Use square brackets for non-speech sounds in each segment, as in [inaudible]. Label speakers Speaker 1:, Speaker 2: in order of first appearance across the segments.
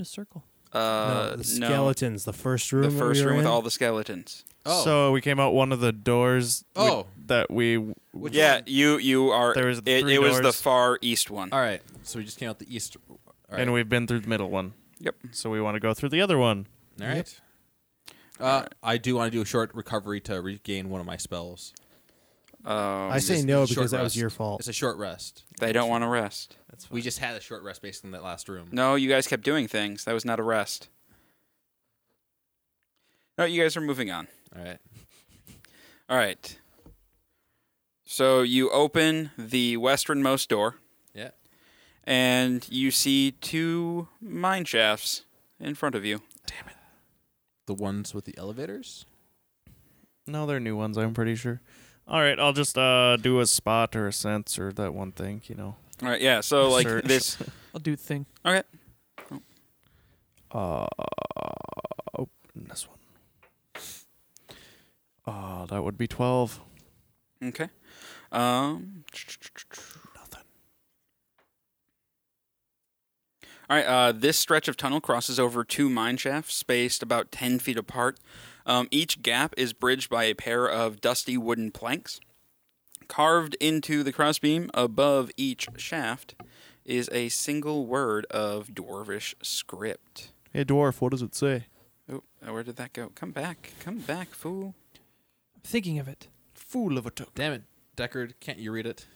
Speaker 1: A circle.
Speaker 2: Uh,
Speaker 1: no, the
Speaker 2: no.
Speaker 1: skeletons. The first room.
Speaker 2: The
Speaker 1: that
Speaker 2: first
Speaker 1: we were
Speaker 2: room with
Speaker 1: in?
Speaker 2: all the skeletons.
Speaker 3: Oh.
Speaker 4: So we came out one of the doors. we-
Speaker 3: Oh.
Speaker 4: that we.
Speaker 3: Which
Speaker 2: Yeah,
Speaker 3: one?
Speaker 2: you you are.
Speaker 4: There was the
Speaker 2: it,
Speaker 4: three
Speaker 2: it was the
Speaker 4: doors.
Speaker 2: far east one.
Speaker 3: All right. So we just came out the east. All right.
Speaker 4: And we've been through the middle one.
Speaker 2: Yep.
Speaker 4: So we want to go through the other one.
Speaker 3: All right. Uh, I do want to do a short recovery to regain one of my spells.
Speaker 2: Um,
Speaker 1: I say
Speaker 3: It's-
Speaker 1: no
Speaker 3: it's a short
Speaker 1: because that was
Speaker 3: rest.
Speaker 1: your
Speaker 5: Oh.
Speaker 1: fault.
Speaker 3: It's a short rest.
Speaker 2: they don't want to rest.
Speaker 3: We just had a short rest based on that last room.
Speaker 2: No, you guys kept doing things. That was not a rest. No, you guys are moving on.
Speaker 3: All right.
Speaker 2: All right. So you open the westernmost door.
Speaker 3: Yeah.
Speaker 2: And you see two mine shafts in front of you.
Speaker 3: The ones with the elevators.
Speaker 4: No, they're new ones. I'm pretty sure. All right, I'll just uh, do a spot or a sense or that one thing. You know.
Speaker 2: All right. Yeah. So like
Speaker 4: Search.
Speaker 2: this.
Speaker 1: I'll do the thing.
Speaker 2: Okay.
Speaker 4: Uh, oh, and this one. Oh, that would be twelve.
Speaker 2: Okay. Um.
Speaker 4: Nothing.
Speaker 2: All right. Uh, this stretch of tunnel crosses over two mine shafts spaced about 10 feet apart. Um, each gap is bridged by a pair of dusty wooden planks. Carved into the crossbeam above each shaft is a single word of dwarvish script.
Speaker 4: Hey, dwarf, what does it say?
Speaker 2: Oh, uh, where did that go? Come back. Come back, fool.
Speaker 1: Thinking of it.
Speaker 4: Fool of a token.
Speaker 3: Damn it, Deckard! Can't you read it?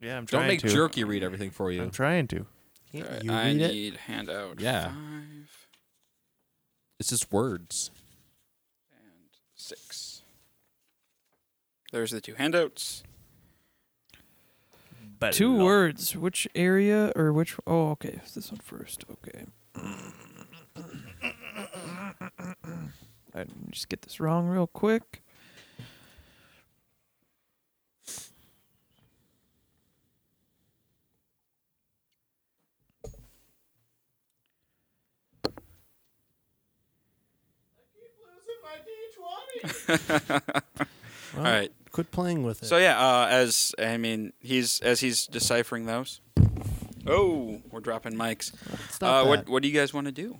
Speaker 4: Yeah, I'm trying
Speaker 3: Don't make
Speaker 4: to.
Speaker 3: Jerky read everything for you.
Speaker 4: I'm trying to.
Speaker 1: You
Speaker 2: All right,
Speaker 1: read
Speaker 2: I
Speaker 1: it.
Speaker 2: need handout
Speaker 3: Yeah.
Speaker 2: five
Speaker 3: It's just words.
Speaker 2: and six. There's the two handouts.
Speaker 1: Two words. Which area or which? Oh, okay. It's this one first. Okay. I just get this wrong real quick.
Speaker 2: All right.
Speaker 1: Quit playing with it.
Speaker 2: So yeah, uh, as I mean, he's as he's deciphering those. Oh, we're dropping mics.
Speaker 1: Stop
Speaker 2: uh,
Speaker 1: that.
Speaker 2: What What do you guys want to do?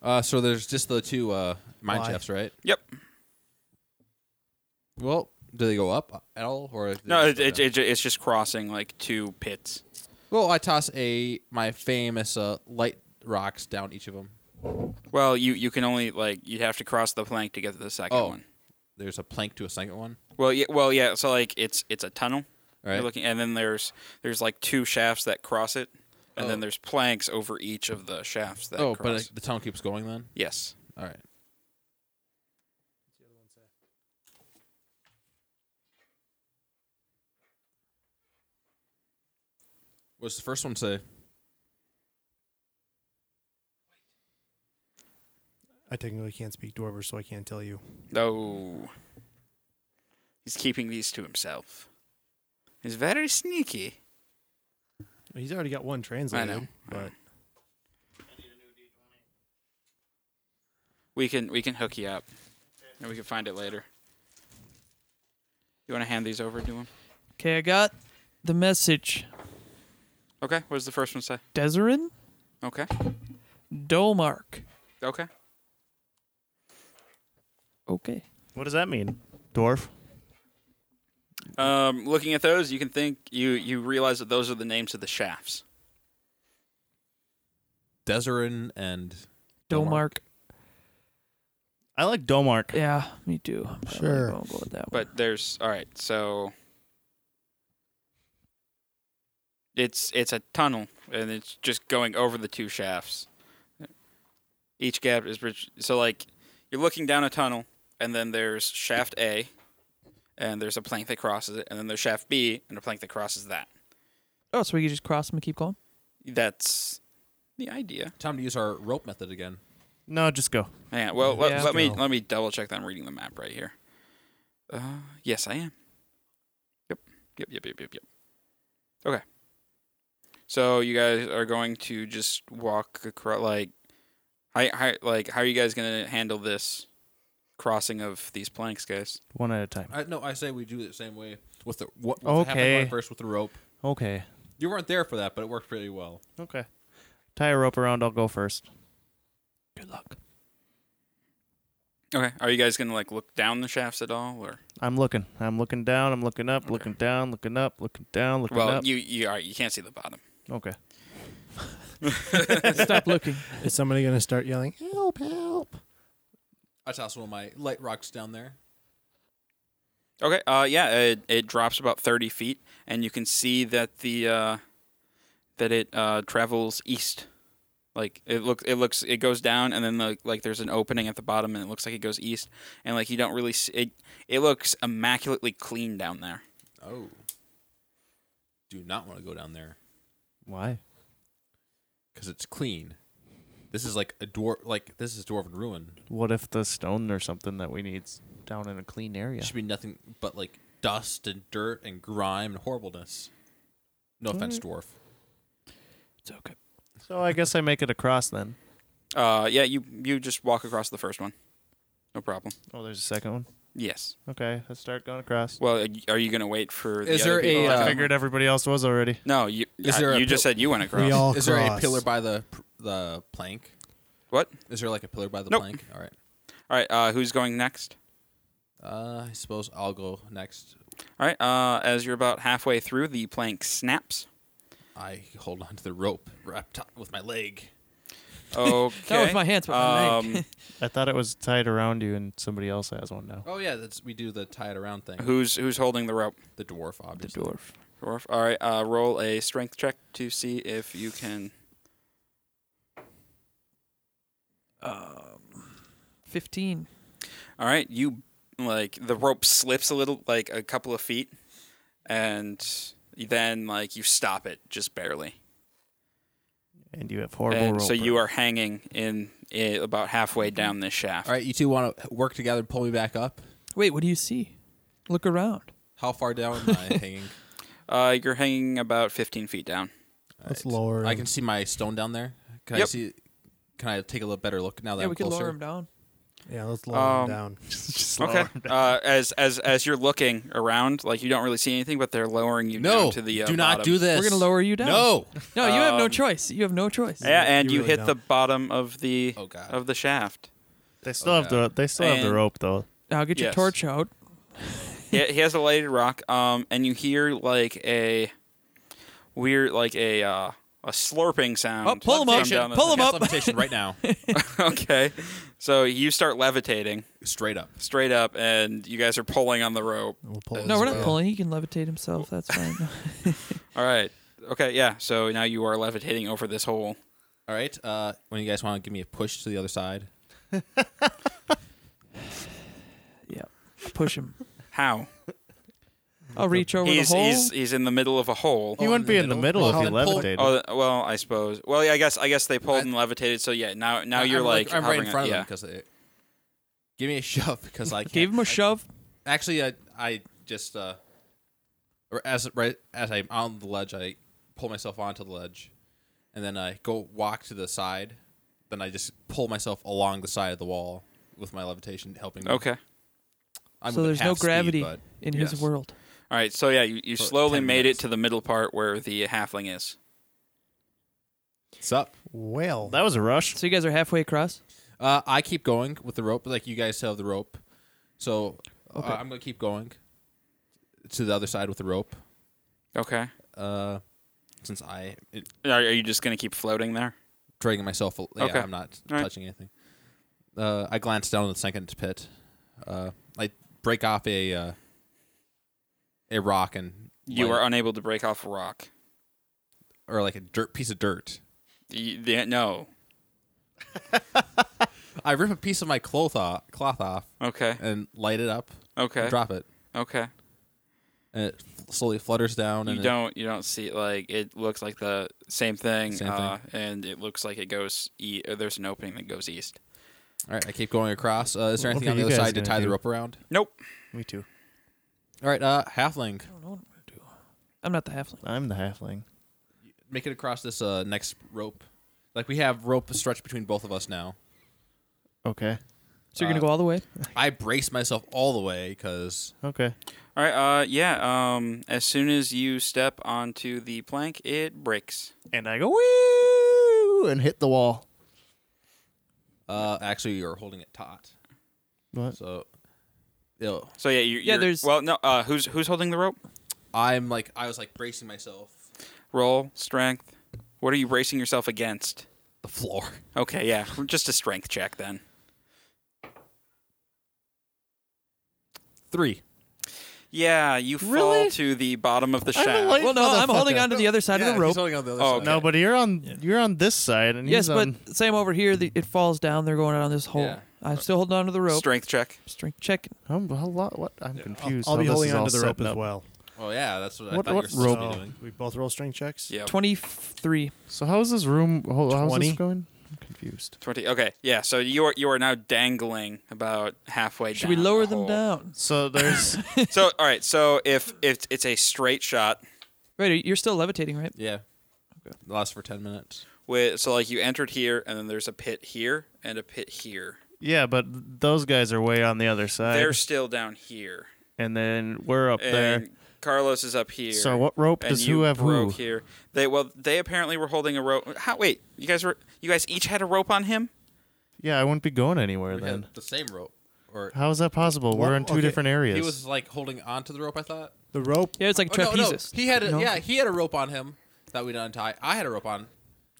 Speaker 3: Uh, so there's just the two uh, mine
Speaker 1: Why?
Speaker 3: shafts, right?
Speaker 2: Yep.
Speaker 3: Well, do they go up at all, or do they
Speaker 2: No,
Speaker 3: just
Speaker 2: it,
Speaker 3: go
Speaker 2: it,
Speaker 3: down?
Speaker 2: it, it's just crossing like two pits.
Speaker 3: Well, I toss a my famous uh, light rocks down each of them.
Speaker 2: Well, you you can only like you'd have to cross the plank to get to the second
Speaker 3: Oh.
Speaker 2: one.
Speaker 3: There's a plank to a second one.
Speaker 2: Well, yeah, well, yeah. So like it's it's a tunnel.
Speaker 3: All
Speaker 2: You're
Speaker 3: right.
Speaker 2: looking, and then there's there's like two shafts that cross it, and then
Speaker 3: Oh.
Speaker 2: there's planks over each of the shafts that
Speaker 3: oh, but
Speaker 2: cross.
Speaker 3: uh, the tunnel keeps going then.
Speaker 2: yes.
Speaker 3: All right. What's the first one say?
Speaker 1: I technically can't speak Dwarvish, so I can't tell you.
Speaker 2: No. He's keeping these to himself. He's very sneaky.
Speaker 1: He's already got one translated. But
Speaker 2: We can we can hook you up, and we can find it later. You want to hand these over to him?
Speaker 1: okay, I got
Speaker 5: The message
Speaker 2: Okay. What does the first one say?
Speaker 5: Deserin
Speaker 2: Okay.
Speaker 5: Dolmark.
Speaker 2: Okay.
Speaker 5: Okay.
Speaker 4: What does that mean, dwarf?
Speaker 2: Um, looking at those, you can think you you realize that those are the names of the shafts.
Speaker 3: Deserin and
Speaker 5: Dolmark.
Speaker 4: I like Domark.
Speaker 5: Yeah, me too. I'm probably
Speaker 1: Sure.
Speaker 5: gonna go with that one.
Speaker 2: But there's all right. So it's it's a tunnel, and it's just going over the two shafts. Each gap is bridge. So like you're looking down a tunnel, and then there's shaft A, and there's a plank that crosses it, and then there's shaft B, and a plank that crosses that.
Speaker 5: Oh, so we can just cross them and keep going?
Speaker 2: That's the idea.
Speaker 3: time to use our rope method again.
Speaker 4: No, just go.
Speaker 2: Yeah. Well, let,
Speaker 5: Yeah.
Speaker 2: let me
Speaker 1: No.
Speaker 2: let me double check that I'm reading the map right here. Uh, yes, I am. Yep. Yep. Yep. Yep. Yep. Yep. Okay. So you guys are going to just walk across, like, I, I like how are you guys gonna handle this crossing of these planks, guys?
Speaker 4: One at a time.
Speaker 3: I, no, I say we do it the same way with the
Speaker 4: with
Speaker 3: what.
Speaker 4: the halfway Okay.
Speaker 3: first with the rope.
Speaker 4: Okay.
Speaker 3: You weren't there for that, but it worked pretty well.
Speaker 4: Okay. Tie a rope around. I'll go first.
Speaker 5: Good luck.
Speaker 2: Okay, are you guys gonna like look down the shafts at all, or
Speaker 4: I'm looking. I'm looking down. I'm looking up. Looking down. Looking up. Looking down. Looking
Speaker 2: well,
Speaker 4: up.
Speaker 2: you you are you can't see the bottom.
Speaker 4: okay.
Speaker 5: Stop looking.
Speaker 6: Is somebody going to start yelling, help, help?
Speaker 3: I toss one of my light rocks down there.
Speaker 2: Okay, uh, yeah, it, it drops about thirty feet, and you can see that the uh, that it uh, travels east. Like it looks, it looks, it goes down, and then like like there's an opening at the bottom, and it looks like it goes east, and like you don't really see it. It looks immaculately clean down there.
Speaker 3: Oh, do not want to go down there
Speaker 4: Why?
Speaker 3: because it's clean. This is like a dwarf. Like this is dwarven ruin.
Speaker 4: What if the stone or something that we need's down in a clean area?
Speaker 3: It should be nothing but like dust and dirt and grime and horribleness. No offense, dwarf.
Speaker 5: It's okay.
Speaker 4: So I guess I make it across then.
Speaker 2: Uh, yeah, you you just walk across the first one, no problem.
Speaker 4: Oh, there's a second one.
Speaker 2: Yes.
Speaker 4: Okay, let's start going across.
Speaker 2: Well, are you- are you gonna wait for? The
Speaker 3: Is
Speaker 2: other
Speaker 3: there a,
Speaker 2: people to
Speaker 3: uh,
Speaker 2: come?
Speaker 4: I figured everybody else was already.
Speaker 2: No, you.
Speaker 3: Is
Speaker 2: uh,
Speaker 3: there a
Speaker 2: you just
Speaker 3: pil-
Speaker 2: said you went across.
Speaker 6: We all
Speaker 3: Is there a
Speaker 6: cross.
Speaker 3: pillar by the pr- the plank?
Speaker 2: What?
Speaker 3: Is there like a pillar by the
Speaker 2: Nope.
Speaker 3: plank? All right.
Speaker 2: All right. Uh, who's going next?
Speaker 3: Uh, I suppose I'll go next.
Speaker 2: All right. Uh, as you're about halfway through, the plank snaps.
Speaker 3: I hold onto the rope wrapped up with my leg.
Speaker 2: Okay.
Speaker 5: [laughs] That was my hands, but my leg.
Speaker 2: Um,
Speaker 4: I thought it was tied around you, and somebody else has one now.
Speaker 3: Oh yeah, that's we do the tie it around thing.
Speaker 2: who's who's holding the rope?
Speaker 3: The
Speaker 5: [laughs]
Speaker 3: dwarf,
Speaker 5: The
Speaker 3: obviously.
Speaker 5: dwarf.
Speaker 2: Dwarf. All right. Uh, roll a strength check to see if you can.
Speaker 5: Um, 15.
Speaker 2: All right. You like the rope slips a little, like a couple of feet, and then like you stop it just barely,
Speaker 4: And you have horrible
Speaker 2: and so
Speaker 4: rope. [laughs]
Speaker 2: you are hanging in, eh, about halfway down this shaft.
Speaker 3: All right, you two want to work together to pull me back up?
Speaker 5: Wait, what do you see? Look around.
Speaker 3: How far down am
Speaker 6: [laughs]
Speaker 3: I hanging?
Speaker 2: Uh, you're hanging about 15 feet down.
Speaker 6: Let's
Speaker 3: All right.
Speaker 6: lower
Speaker 3: I
Speaker 6: him.
Speaker 3: can see my stone down there. Can I
Speaker 2: Yep.
Speaker 3: see? Can I take a little better look now that
Speaker 5: yeah,
Speaker 3: I'm
Speaker 5: we could
Speaker 3: closer?
Speaker 5: lower him down.
Speaker 6: Yeah, let's lower
Speaker 2: Um,
Speaker 6: him down.
Speaker 2: Okay. Uh, as as as you're looking around, like you don't really see anything, but they're lowering you
Speaker 3: No,
Speaker 2: down to the uh,
Speaker 3: do not
Speaker 2: bottom.
Speaker 3: do this.
Speaker 5: We're going to lower you down.
Speaker 3: No.
Speaker 5: No, you have no
Speaker 2: Um,
Speaker 5: choice. You have no choice.
Speaker 2: Yeah, and
Speaker 6: You
Speaker 2: you,
Speaker 6: really
Speaker 2: hit
Speaker 6: don't.
Speaker 2: the bottom of the
Speaker 3: Oh god.
Speaker 2: of the shaft.
Speaker 4: they still have the they still have the
Speaker 2: And-
Speaker 4: rope though.
Speaker 5: Now get your
Speaker 2: Yes.
Speaker 5: torch out.
Speaker 2: he, he has a lighted rock, um, and you hear like a weird, like a uh, a slurping sound.
Speaker 5: Oh, pull him up.
Speaker 2: from down
Speaker 5: [laughs]
Speaker 2: the-
Speaker 5: Pull him
Speaker 3: Cast
Speaker 5: up.
Speaker 3: levitation right now.
Speaker 2: [laughs]
Speaker 5: [laughs]
Speaker 2: okay, so you start levitating
Speaker 3: Straight up.
Speaker 2: straight up, and you guys are pulling on the rope.
Speaker 6: We'll pull
Speaker 2: No,
Speaker 5: uh, No,
Speaker 6: as
Speaker 5: we're not
Speaker 6: well.
Speaker 5: pulling. He can levitate himself. That's fine.
Speaker 2: All right. Okay, yeah. So now you are levitating over this hole.
Speaker 3: All right. Uh, when you guys want to give me a push to the other side,
Speaker 5: yeah. Push him.
Speaker 2: How?
Speaker 5: I'll reach over
Speaker 2: He's
Speaker 5: the hole.
Speaker 2: he's he's in the middle of a hole.
Speaker 4: He wouldn't be in the middle,
Speaker 6: Well,
Speaker 4: if he
Speaker 6: then pull-
Speaker 4: levitated.
Speaker 2: Oh, th- well, I suppose. Well, yeah, I guess I guess they pulled
Speaker 3: I-
Speaker 2: and levitated. So yeah, now now
Speaker 3: I'm
Speaker 2: you're like
Speaker 3: I'm right in
Speaker 2: hovering-
Speaker 3: front of
Speaker 2: yeah.
Speaker 3: them because it. Give me a shove because I
Speaker 5: [laughs]
Speaker 3: can't,
Speaker 5: Gave him a
Speaker 3: I-
Speaker 5: shove.
Speaker 3: Actually, I, I just uh, or as right as I'm on the ledge, I pull myself onto the ledge, and then I go walk to the side. Then I just pull myself along the side of the wall with my levitation helping. Me.
Speaker 2: Okay.
Speaker 3: I'm
Speaker 5: So
Speaker 3: moving
Speaker 5: there's no
Speaker 3: half speed,
Speaker 5: gravity
Speaker 3: but
Speaker 5: in
Speaker 2: Yes.
Speaker 5: his world.
Speaker 2: All right, so yeah, you, you
Speaker 3: For
Speaker 2: slowly
Speaker 3: 10
Speaker 2: made
Speaker 3: minutes.
Speaker 2: it to the middle part where the halfling is.
Speaker 3: What's up?
Speaker 6: Well,
Speaker 4: that was a rush.
Speaker 5: So you guys are halfway across.
Speaker 3: Uh, I keep going with the rope, like you guys have the rope. So uh, I'm gonna keep going to the other side with the rope.
Speaker 2: Okay.
Speaker 3: Uh, since I it,
Speaker 2: Are, are you just going to keep floating there?
Speaker 3: dragging myself, yeah,
Speaker 2: Okay.
Speaker 3: I'm not
Speaker 2: All right.
Speaker 3: touching anything. Uh, I glance down at the second pit. Uh, I break off a uh, a rock and
Speaker 2: You
Speaker 3: like-
Speaker 2: are unable to break off a rock.
Speaker 3: or like a dirt piece
Speaker 2: [laughs]
Speaker 3: of dirt.
Speaker 2: You, the, no.
Speaker 3: I rip a piece of my cloth off, cloth off,
Speaker 2: Okay.
Speaker 3: and light it up.
Speaker 2: Okay.
Speaker 3: and drop it,
Speaker 2: Okay.
Speaker 3: and it slowly flutters down. And
Speaker 2: You
Speaker 3: it-
Speaker 2: don't you don't see like it looks like the same thing,
Speaker 3: Same
Speaker 2: uh, and it looks like it goes e- or there's an opening that goes east.
Speaker 3: All right, I keep going across. Uh, is there
Speaker 4: What
Speaker 3: anything
Speaker 4: are
Speaker 3: on the
Speaker 4: you
Speaker 3: other
Speaker 4: guys
Speaker 3: side to
Speaker 4: gonna
Speaker 3: tie the
Speaker 4: do?
Speaker 3: rope around?
Speaker 2: Nope.
Speaker 4: Me too.
Speaker 3: All right, uh, halfling,
Speaker 5: I don't know what I'm going to do. I'm not the halfling.
Speaker 4: I'm the halfling.
Speaker 3: make it across this uh, next rope. Like we have rope stretched between both of us now.
Speaker 4: Okay.
Speaker 5: So you're gonna go all the way.
Speaker 3: I braced myself all the way because
Speaker 4: Okay.
Speaker 2: All right. Uh, yeah. Um, as soon as you step onto the plank, it breaks.
Speaker 4: And I go woo and hit the wall.
Speaker 3: uh, actually you're holding it taut.
Speaker 4: What?
Speaker 3: So, you know,
Speaker 2: So yeah, you
Speaker 5: Yeah,
Speaker 2: you're-
Speaker 5: there's-
Speaker 2: Well, no. Uh, who's who's holding the rope?
Speaker 3: I'm like I was like bracing myself.
Speaker 2: Roll strength. What are you bracing yourself against?
Speaker 3: The floor. [laughs]
Speaker 2: Okay. Yeah. Just a strength check then.
Speaker 3: Three.
Speaker 2: Yeah, you
Speaker 4: Really?
Speaker 2: fall to the bottom of the
Speaker 4: I'm a
Speaker 2: shaft.
Speaker 4: light-
Speaker 5: Well, no, I'm holding
Speaker 4: motherfucker.
Speaker 5: on to the other side of the rope.
Speaker 3: holding on the other
Speaker 2: Oh,
Speaker 3: side.
Speaker 4: No, but you're on you're on this side and
Speaker 5: Yes,
Speaker 4: he's on
Speaker 5: but same over here. The, it falls down. They're going on this hole.
Speaker 3: Yeah.
Speaker 5: I'm still holding on to the rope.
Speaker 2: Strength check.
Speaker 5: Strength check.
Speaker 4: I'm, how lo- what? I'm confused.
Speaker 6: I'll,
Speaker 4: how
Speaker 6: be
Speaker 4: this
Speaker 6: holding
Speaker 4: is all
Speaker 6: onto the rope
Speaker 4: setting
Speaker 6: as
Speaker 4: up.
Speaker 6: well.
Speaker 3: Oh yeah, that's what,
Speaker 4: What-
Speaker 3: I
Speaker 4: what
Speaker 3: thought you were supposed to
Speaker 6: So,
Speaker 3: be doing.
Speaker 6: we both roll strength checks.
Speaker 2: Yeah.
Speaker 5: Twenty-three.
Speaker 4: So how is this room? How, how's
Speaker 6: 20?
Speaker 4: this going? I'm confused.
Speaker 2: 20. Okay. Yeah, so you are you are now dangling about halfway
Speaker 5: Should
Speaker 2: down.
Speaker 5: we lower
Speaker 2: the
Speaker 5: them
Speaker 2: hole.
Speaker 5: down? [laughs]
Speaker 4: So there's
Speaker 2: [laughs] So all right, so if if it's a straight shot
Speaker 5: Wait, you're still levitating, right?
Speaker 3: Yeah. Lasts for ten minutes.
Speaker 2: with so like you entered here and then there's a pit here and a pit here.
Speaker 4: yeah, but those guys are way on the other side,
Speaker 2: They're still down here.
Speaker 4: and then we're up
Speaker 2: And
Speaker 4: there.
Speaker 2: Carlos is up here.
Speaker 4: So what rope
Speaker 2: and
Speaker 4: does
Speaker 2: you
Speaker 4: who have who?
Speaker 2: broke here. They well they apparently were holding a rope. How, wait, you guys were you guys each had a rope on him?
Speaker 4: Yeah, I wouldn't be going anywhere
Speaker 3: We
Speaker 4: then.
Speaker 3: had the same rope. Or
Speaker 4: How is that possible?
Speaker 6: Well,
Speaker 4: We're in two
Speaker 6: okay,
Speaker 4: different areas.
Speaker 3: he was like holding onto the rope, I thought.
Speaker 6: The rope.
Speaker 5: Yeah, it's like
Speaker 3: Oh, no, no.
Speaker 5: trapezist.
Speaker 3: He had a, yeah, he had a rope on him that we didn't untie. I had a rope on.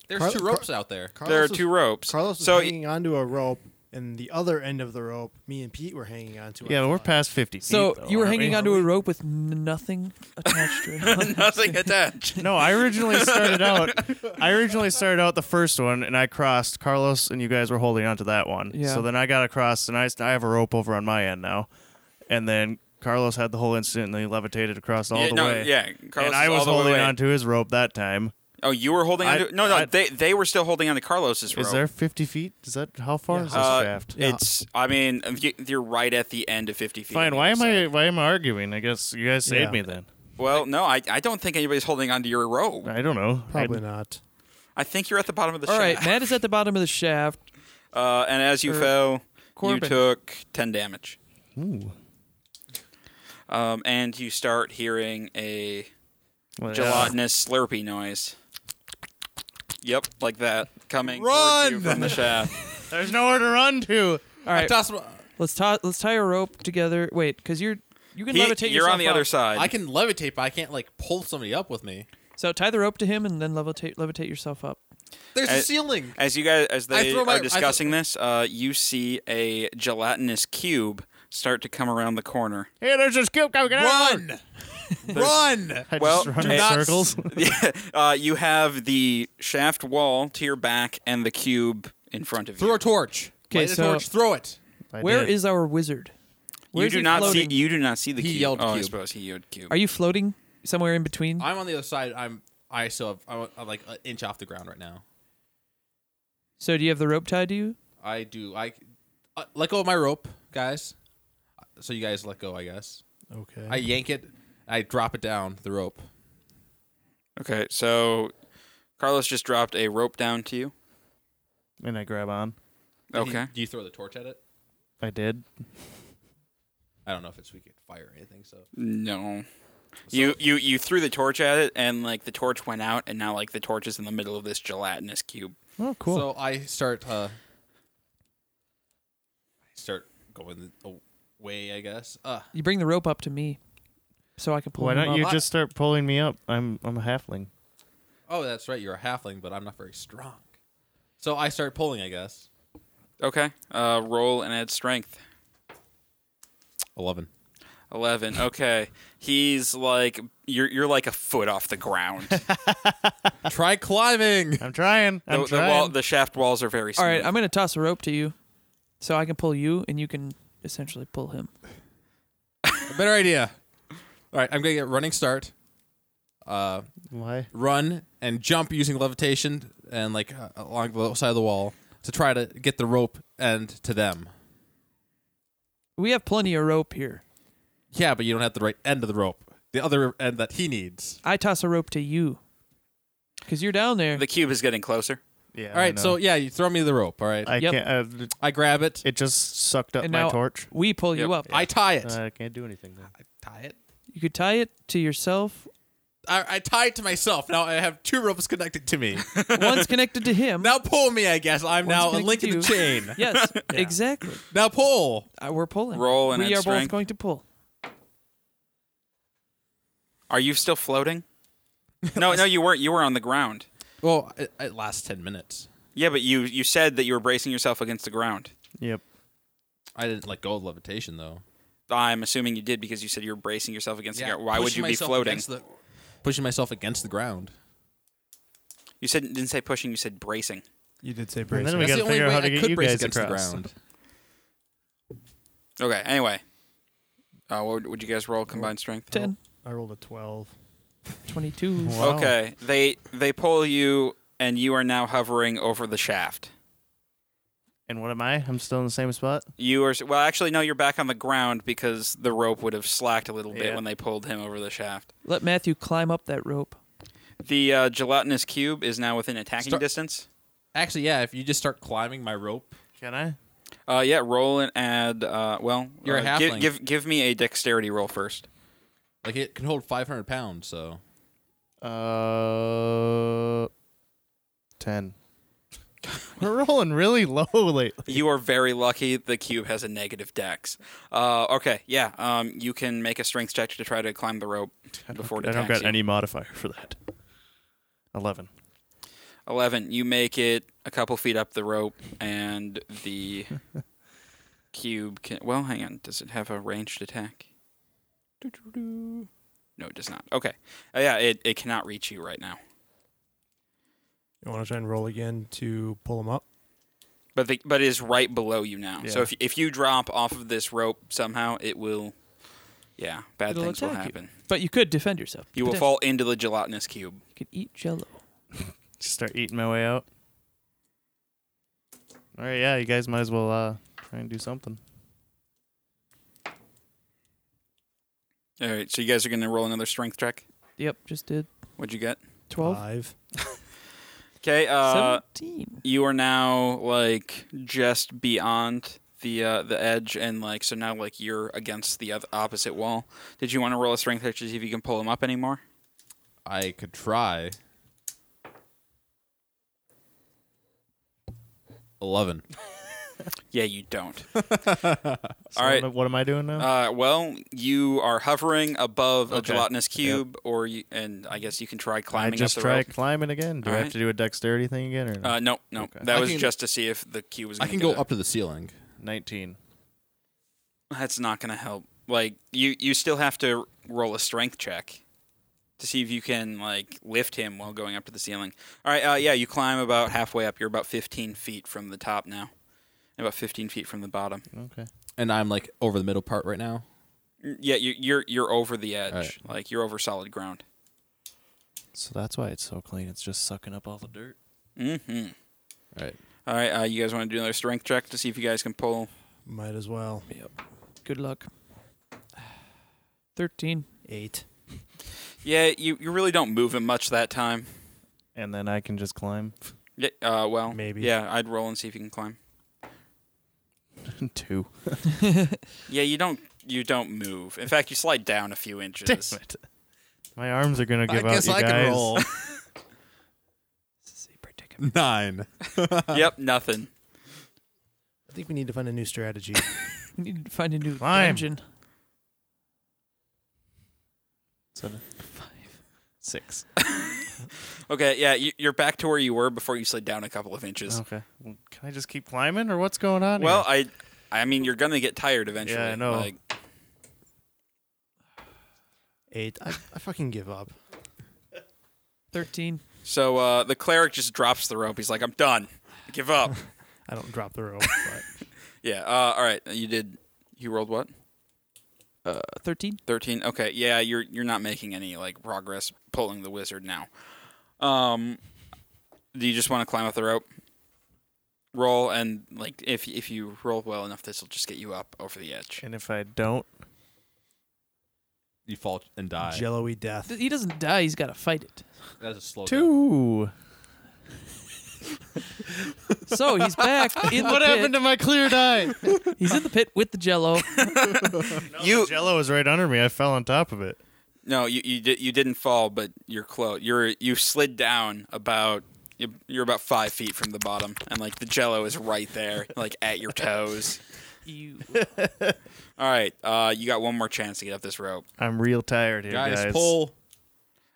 Speaker 3: There's
Speaker 6: Carl-
Speaker 3: two
Speaker 6: Carl-
Speaker 3: ropes out there.
Speaker 6: Carlos
Speaker 2: there are
Speaker 6: was-
Speaker 2: two ropes.
Speaker 6: Carlos was
Speaker 2: so
Speaker 6: hanging onto a rope, and the other end of the rope, me and Pete were hanging onto. I
Speaker 4: yeah, but we're
Speaker 6: thought.
Speaker 4: past fifty.
Speaker 5: So
Speaker 4: feet, though,
Speaker 5: you were
Speaker 4: aren't
Speaker 5: hanging
Speaker 4: we?
Speaker 5: onto
Speaker 4: [laughs]
Speaker 5: a rope with n- nothing attached to it.
Speaker 2: [laughs] nothing attached.
Speaker 4: No, I
Speaker 2: [laughs]
Speaker 4: originally started out. I originally started out the first one, and I crossed. Carlos and you guys were holding onto that one.
Speaker 5: Yeah.
Speaker 4: So then I got across, and I, I have a rope over on my end now. And then Carlos had the whole incident, and he levitated across all
Speaker 2: yeah,
Speaker 4: the
Speaker 2: no,
Speaker 4: way.
Speaker 2: yeah. Carlos
Speaker 4: and
Speaker 2: is
Speaker 4: I was
Speaker 2: all the way
Speaker 4: holding
Speaker 2: away.
Speaker 4: onto his rope that time.
Speaker 2: Oh, you were holding on
Speaker 4: I-
Speaker 2: to no, no.
Speaker 4: I-
Speaker 2: they they were still holding on to Carlos's rope.
Speaker 4: Is there fifty feet? Is that how far is this
Speaker 2: Uh,
Speaker 4: shaft?
Speaker 2: It's. I mean, you- you're right at the end of 50 feet.
Speaker 4: Fine.
Speaker 2: on
Speaker 4: Why
Speaker 2: either
Speaker 4: am I?
Speaker 2: side.
Speaker 4: Why am I arguing? I guess you guys saved
Speaker 6: Yeah.
Speaker 4: me then.
Speaker 2: Well, no, I, I don't think anybody's holding onto your rope.
Speaker 4: I don't know. I-
Speaker 6: Probably not.
Speaker 2: I think you're at the bottom of the
Speaker 5: [laughs] All right,
Speaker 2: shaft.
Speaker 5: Matt is at the bottom of the shaft.
Speaker 2: Uh, and as you
Speaker 5: Or
Speaker 2: fell, you
Speaker 5: Corbin.
Speaker 2: took 10 damage.
Speaker 4: Ooh.
Speaker 2: Um, and you start hearing a
Speaker 4: Well, yeah.
Speaker 2: gelatinous slurpy noise. Yep, like that coming towards you from the
Speaker 3: [laughs]
Speaker 2: shaft.
Speaker 4: There's nowhere to run to.
Speaker 5: All
Speaker 3: I
Speaker 5: right,
Speaker 3: tossed him-
Speaker 5: let's tie let's tie a rope together. Wait, because you're you can
Speaker 2: He-
Speaker 5: levitate.
Speaker 2: you're
Speaker 5: yourself
Speaker 2: on the other
Speaker 5: up.
Speaker 2: side.
Speaker 3: I can levitate, but I can't like pull somebody up with me.
Speaker 5: So tie the rope to him and then levitate levitate yourself up.
Speaker 3: There's
Speaker 2: I-
Speaker 3: a ceiling.
Speaker 2: As you guys, as
Speaker 3: I
Speaker 2: they
Speaker 3: throw my- I
Speaker 2: are
Speaker 3: throw-
Speaker 2: discussing this, uh, you see a gelatinous cube start to come around the corner.
Speaker 4: Hey, there's this cube coming. Get out of the way.
Speaker 3: Run, [laughs] run.
Speaker 4: I
Speaker 2: Well,
Speaker 4: just run
Speaker 2: do
Speaker 4: in
Speaker 2: not- [laughs]
Speaker 4: circles.
Speaker 2: uh, you have the shaft wall to your back and the cube in front of
Speaker 3: Throw
Speaker 2: you.
Speaker 3: a torch.
Speaker 5: 'Kay,
Speaker 3: Light a
Speaker 5: so-
Speaker 3: torch. Throw it.
Speaker 4: I
Speaker 5: Where
Speaker 4: did.
Speaker 5: is our wizard? Where
Speaker 2: You
Speaker 5: is
Speaker 2: do
Speaker 5: he
Speaker 2: not
Speaker 5: floating?
Speaker 2: see. You do not see the
Speaker 3: He
Speaker 2: cube.
Speaker 3: yelled
Speaker 2: oh, I
Speaker 3: cube.
Speaker 2: suppose he yelled cube.
Speaker 5: Are you floating somewhere in between?
Speaker 3: I'm on the other side. I'm. I still have. I'm, I'm like an inch off the ground right now.
Speaker 5: so do you have the rope tied to you?
Speaker 3: I do. I uh, let go of my rope, guys. So you guys let go. I guess.
Speaker 6: Okay.
Speaker 3: I yank it. I drop it down the rope.
Speaker 2: okay, so Carlos just dropped a rope down to you.
Speaker 4: [laughs] And I grab on.
Speaker 3: Do you-
Speaker 2: Okay.
Speaker 3: Do you throw the torch at it?
Speaker 4: I did.
Speaker 3: I don't know if it's we could fire or anything. So
Speaker 2: No. You, you you threw the torch at it and like the torch went out and now like the torch is in the middle of this gelatinous cube.
Speaker 4: Oh, cool.
Speaker 3: So I start. Uh, I start going away. I guess. Uh,
Speaker 5: You bring the rope up to me, so I can pull.
Speaker 4: Why
Speaker 5: him
Speaker 4: don't
Speaker 5: up.
Speaker 4: you
Speaker 3: I-
Speaker 4: just start pulling me up? I'm I'm a halfling.
Speaker 3: oh, that's right. You're a halfling, but I'm not very strong. So I start pulling. I guess.
Speaker 2: Okay. Uh, roll and add strength.
Speaker 3: Eleven.
Speaker 2: 11 okay he's like you're you're like a foot off the ground
Speaker 3: [laughs] Try climbing.
Speaker 4: I'm trying. I'm
Speaker 2: the, the
Speaker 4: trying.
Speaker 2: wall the shaft walls are very
Speaker 5: All
Speaker 2: smooth.
Speaker 5: right, I'm gonna toss a rope to you, so I can pull you, and you can essentially pull him.
Speaker 3: Better idea. All right. I'm gonna get running start. Uh,
Speaker 4: Why?
Speaker 3: run and jump using levitation and like uh, along the side of the wall to try to get the rope end to them.
Speaker 5: We have plenty of rope here.
Speaker 3: Yeah, but you don't have the right end of the rope. The other end that he needs.
Speaker 5: I toss a rope to you, cause you're down there.
Speaker 2: the cube is getting closer
Speaker 4: Yeah.
Speaker 3: All right, so yeah, you throw me the rope. All right,
Speaker 4: I
Speaker 3: I,
Speaker 5: Yep.
Speaker 4: can't. Uh,
Speaker 3: grab it.
Speaker 4: just sucked up
Speaker 5: And
Speaker 4: my
Speaker 5: now-
Speaker 4: torch. Uh,
Speaker 5: We pull you
Speaker 2: Yep.
Speaker 5: up.
Speaker 3: I tie it.
Speaker 4: I can't do anything. Then.
Speaker 3: tie it.
Speaker 5: You could tie it to yourself.
Speaker 3: I, I tie it to myself. Now I have two ropes connected
Speaker 4: [laughs]
Speaker 3: to me.
Speaker 5: One's connected to
Speaker 2: [laughs]
Speaker 5: him.
Speaker 3: now pull me. I guess I'm
Speaker 5: One's
Speaker 3: now
Speaker 5: connected
Speaker 3: unlinking
Speaker 5: to
Speaker 3: the
Speaker 5: you.
Speaker 4: [laughs]
Speaker 3: chain.
Speaker 5: Yes, exactly.
Speaker 3: [laughs] Now pull.
Speaker 5: Uh, we're pulling.
Speaker 2: Roll and
Speaker 5: we
Speaker 2: add
Speaker 5: are both
Speaker 2: strength.
Speaker 5: going to pull.
Speaker 2: Are you still floating? No, no, you weren't. You were on the ground.
Speaker 3: Well, it, it lasts ten minutes.
Speaker 2: Yeah, but you you said that you were bracing yourself against the ground.
Speaker 4: Yep.
Speaker 3: I didn't let go of levitation though.
Speaker 2: I'm assuming you did because you said you were bracing yourself against the ground. Why would
Speaker 3: pushing
Speaker 2: you be
Speaker 3: myself
Speaker 2: floating?
Speaker 3: against The, pushing myself against the ground.
Speaker 2: You said didn't say pushing. You said bracing.
Speaker 6: You did say
Speaker 4: And
Speaker 6: brace.
Speaker 4: then we got
Speaker 3: That's the
Speaker 4: to
Speaker 3: only
Speaker 4: figure
Speaker 3: way
Speaker 4: out how
Speaker 3: I
Speaker 4: to get
Speaker 3: could
Speaker 4: you
Speaker 3: brace
Speaker 4: guys
Speaker 3: against the
Speaker 4: across.
Speaker 3: ground.
Speaker 2: Okay. Anyway, uh, what would, would you guys roll combined strength?
Speaker 5: 10,
Speaker 6: I rolled a twelve.
Speaker 5: 22.
Speaker 4: Wow.
Speaker 2: Okay. They they pull you and you are now hovering over the shaft.
Speaker 4: And what am I? I'm still in the same spot.
Speaker 2: You are well. Actually, no. You're back on the ground because the rope would have slacked a little bit
Speaker 4: Yeah.
Speaker 2: when they pulled him over the shaft.
Speaker 5: Let Matthew climb up that rope.
Speaker 2: The uh, gelatinous cube is now within attacking
Speaker 3: Start-
Speaker 2: distance.
Speaker 3: Actually, yeah. If you just start climbing my rope,
Speaker 4: Can I?
Speaker 2: Uh, yeah. Roll and add. Uh, well,
Speaker 3: You're a
Speaker 2: uh, give,
Speaker 3: halfling.
Speaker 2: give give me a dexterity roll first.
Speaker 3: like it can hold 500 pounds. So
Speaker 4: Uh, ten. [laughs] We're rolling really low lately.
Speaker 2: You are very lucky. The cube has a negative dex. Uh, okay. Yeah. Um, you can make a strength check to try to climb the rope before it
Speaker 4: I don't
Speaker 2: attacks
Speaker 4: got
Speaker 2: you.
Speaker 4: any modifier for that. Eleven.
Speaker 2: Eleven. You make it a couple feet up the rope, and
Speaker 3: [laughs]
Speaker 2: the cube can. Well, hang on. Does it have a ranged attack? Doo-doo-doo. No, it does not. Okay. Uh, yeah, it, it cannot reach you right now.
Speaker 6: You want to try and roll again to pull him up?
Speaker 2: But the, but it is right below you now. So
Speaker 4: Yeah.
Speaker 2: if if you drop off of this rope somehow, it will. Yeah, bad
Speaker 5: It'll
Speaker 2: things will
Speaker 5: attack you.
Speaker 2: happen.
Speaker 5: But you could defend yourself.
Speaker 2: You will fall into the gelatinous cube.
Speaker 5: You could eat jello.
Speaker 4: Just start eating my way out. All right, yeah, you guys might as well uh try and do something.
Speaker 2: All right, so you guys are going to roll another strength check.
Speaker 5: Yep, just did.
Speaker 2: What'd you get?
Speaker 5: 12,
Speaker 6: Five.
Speaker 2: Okay, uh,
Speaker 5: 17.
Speaker 2: you are now like just beyond the uh, the edge, and like so now like you're against the other opposite wall. Did you want to roll a strength check to see if you can pull him up anymore?
Speaker 3: I could try. 11.
Speaker 2: Yeah, you don't.
Speaker 4: So
Speaker 2: All right.
Speaker 4: what am- What am I doing now?
Speaker 2: Uh, well, you are hovering above a
Speaker 4: Okay.
Speaker 2: gelatinous cube, or you, and I guess you can try climbing
Speaker 4: I just
Speaker 2: up the
Speaker 4: try
Speaker 2: rope.
Speaker 4: climbing again. Do I have
Speaker 2: Alright.
Speaker 4: to do a dexterity thing again or no?
Speaker 2: Uh, no, no,
Speaker 4: Okay.
Speaker 2: that
Speaker 3: I
Speaker 2: was
Speaker 3: can-
Speaker 2: just to see if the cube was.
Speaker 3: I
Speaker 2: Gonna
Speaker 3: can
Speaker 2: get
Speaker 3: go
Speaker 2: up.
Speaker 3: up to the ceiling.
Speaker 4: Nineteen.
Speaker 2: That's not going to help. Like you, you still have to roll a strength check to see if you can like lift him while going up to the ceiling. All right, uh, yeah, you climb about halfway up. You're about 15 feet from the top now, and about 15 feet from the bottom.
Speaker 4: Okay.
Speaker 3: And I'm like over the middle part right now.
Speaker 2: Yeah, you, you're you're over the edge.
Speaker 3: All right.
Speaker 2: Like you're over solid ground.
Speaker 4: So that's why it's so clean. It's just sucking up all the dirt.
Speaker 2: Mm-hmm.
Speaker 3: All right.
Speaker 2: All right, uh, you guys want to do another strength check to see if you guys can pull?
Speaker 6: Might as well.
Speaker 5: Good luck. 13.
Speaker 6: Eight.
Speaker 2: Yeah, you, you really don't move him much that time.
Speaker 4: And then I can just climb [laughs]
Speaker 2: Yeah, uh, well,
Speaker 6: Maybe.
Speaker 2: Yeah, I'd roll and see if you can climb.
Speaker 4: two.
Speaker 2: Yeah, you don't you don't move. In fact, you slide down a few inches.
Speaker 4: Damn it. My arms are gonna give
Speaker 3: I
Speaker 4: out.
Speaker 3: guess
Speaker 4: you
Speaker 3: I
Speaker 4: guys.
Speaker 3: can roll.
Speaker 5: This is a predicament.
Speaker 3: [laughs] Nine.
Speaker 2: [laughs] yep, nothing.
Speaker 6: I think we need to find a new strategy.
Speaker 5: [laughs] We need to find a new
Speaker 4: Climb.
Speaker 5: dungeon.
Speaker 4: Seven. Six.
Speaker 2: Okay, yeah, you, you're back to where you were before you slid down a couple of inches.
Speaker 4: Okay. Well, can I just keep climbing, or what's going on?
Speaker 2: well,
Speaker 4: here?
Speaker 2: I I mean, you're gonna get tired eventually.
Speaker 4: Yeah, I know.
Speaker 2: Like,
Speaker 6: Eight. I, I fucking give up.
Speaker 5: 13.
Speaker 2: so uh, the cleric just drops the rope. He's like, I'm done. I give
Speaker 4: [laughs]
Speaker 2: up.
Speaker 6: I don't drop the rope, but
Speaker 2: yeah. Uh, all right. You did. You rolled what?
Speaker 5: Uh, 13.
Speaker 2: Thirteen. Okay. Yeah. You're you're not making any like progress pulling the wizard now. Um, do you just want to climb up the rope? Roll and like if if you roll well enough, this will just get you up over the edge.
Speaker 4: and if I don't,
Speaker 3: You fall and die.
Speaker 6: jello-y death.
Speaker 5: Th- He doesn't die. He's got to fight it.
Speaker 3: That's a slow
Speaker 4: two.
Speaker 5: So he's [laughs] back in the
Speaker 4: what
Speaker 5: pit.
Speaker 4: happened to my [laughs] clear eye?
Speaker 5: he's in the pit with the Jello.
Speaker 2: You
Speaker 4: Jello was right under me. I fell on top of it.
Speaker 2: no, you you, di- you didn't fall, but you're close. You're you slid down about you- you're about five feet from the bottom, and like the Jello is right there, like at your toes.
Speaker 5: [laughs] You-
Speaker 2: All right, uh, you got one more chance to get up this rope.
Speaker 4: I'm real tired here, guys.
Speaker 3: guys, pull.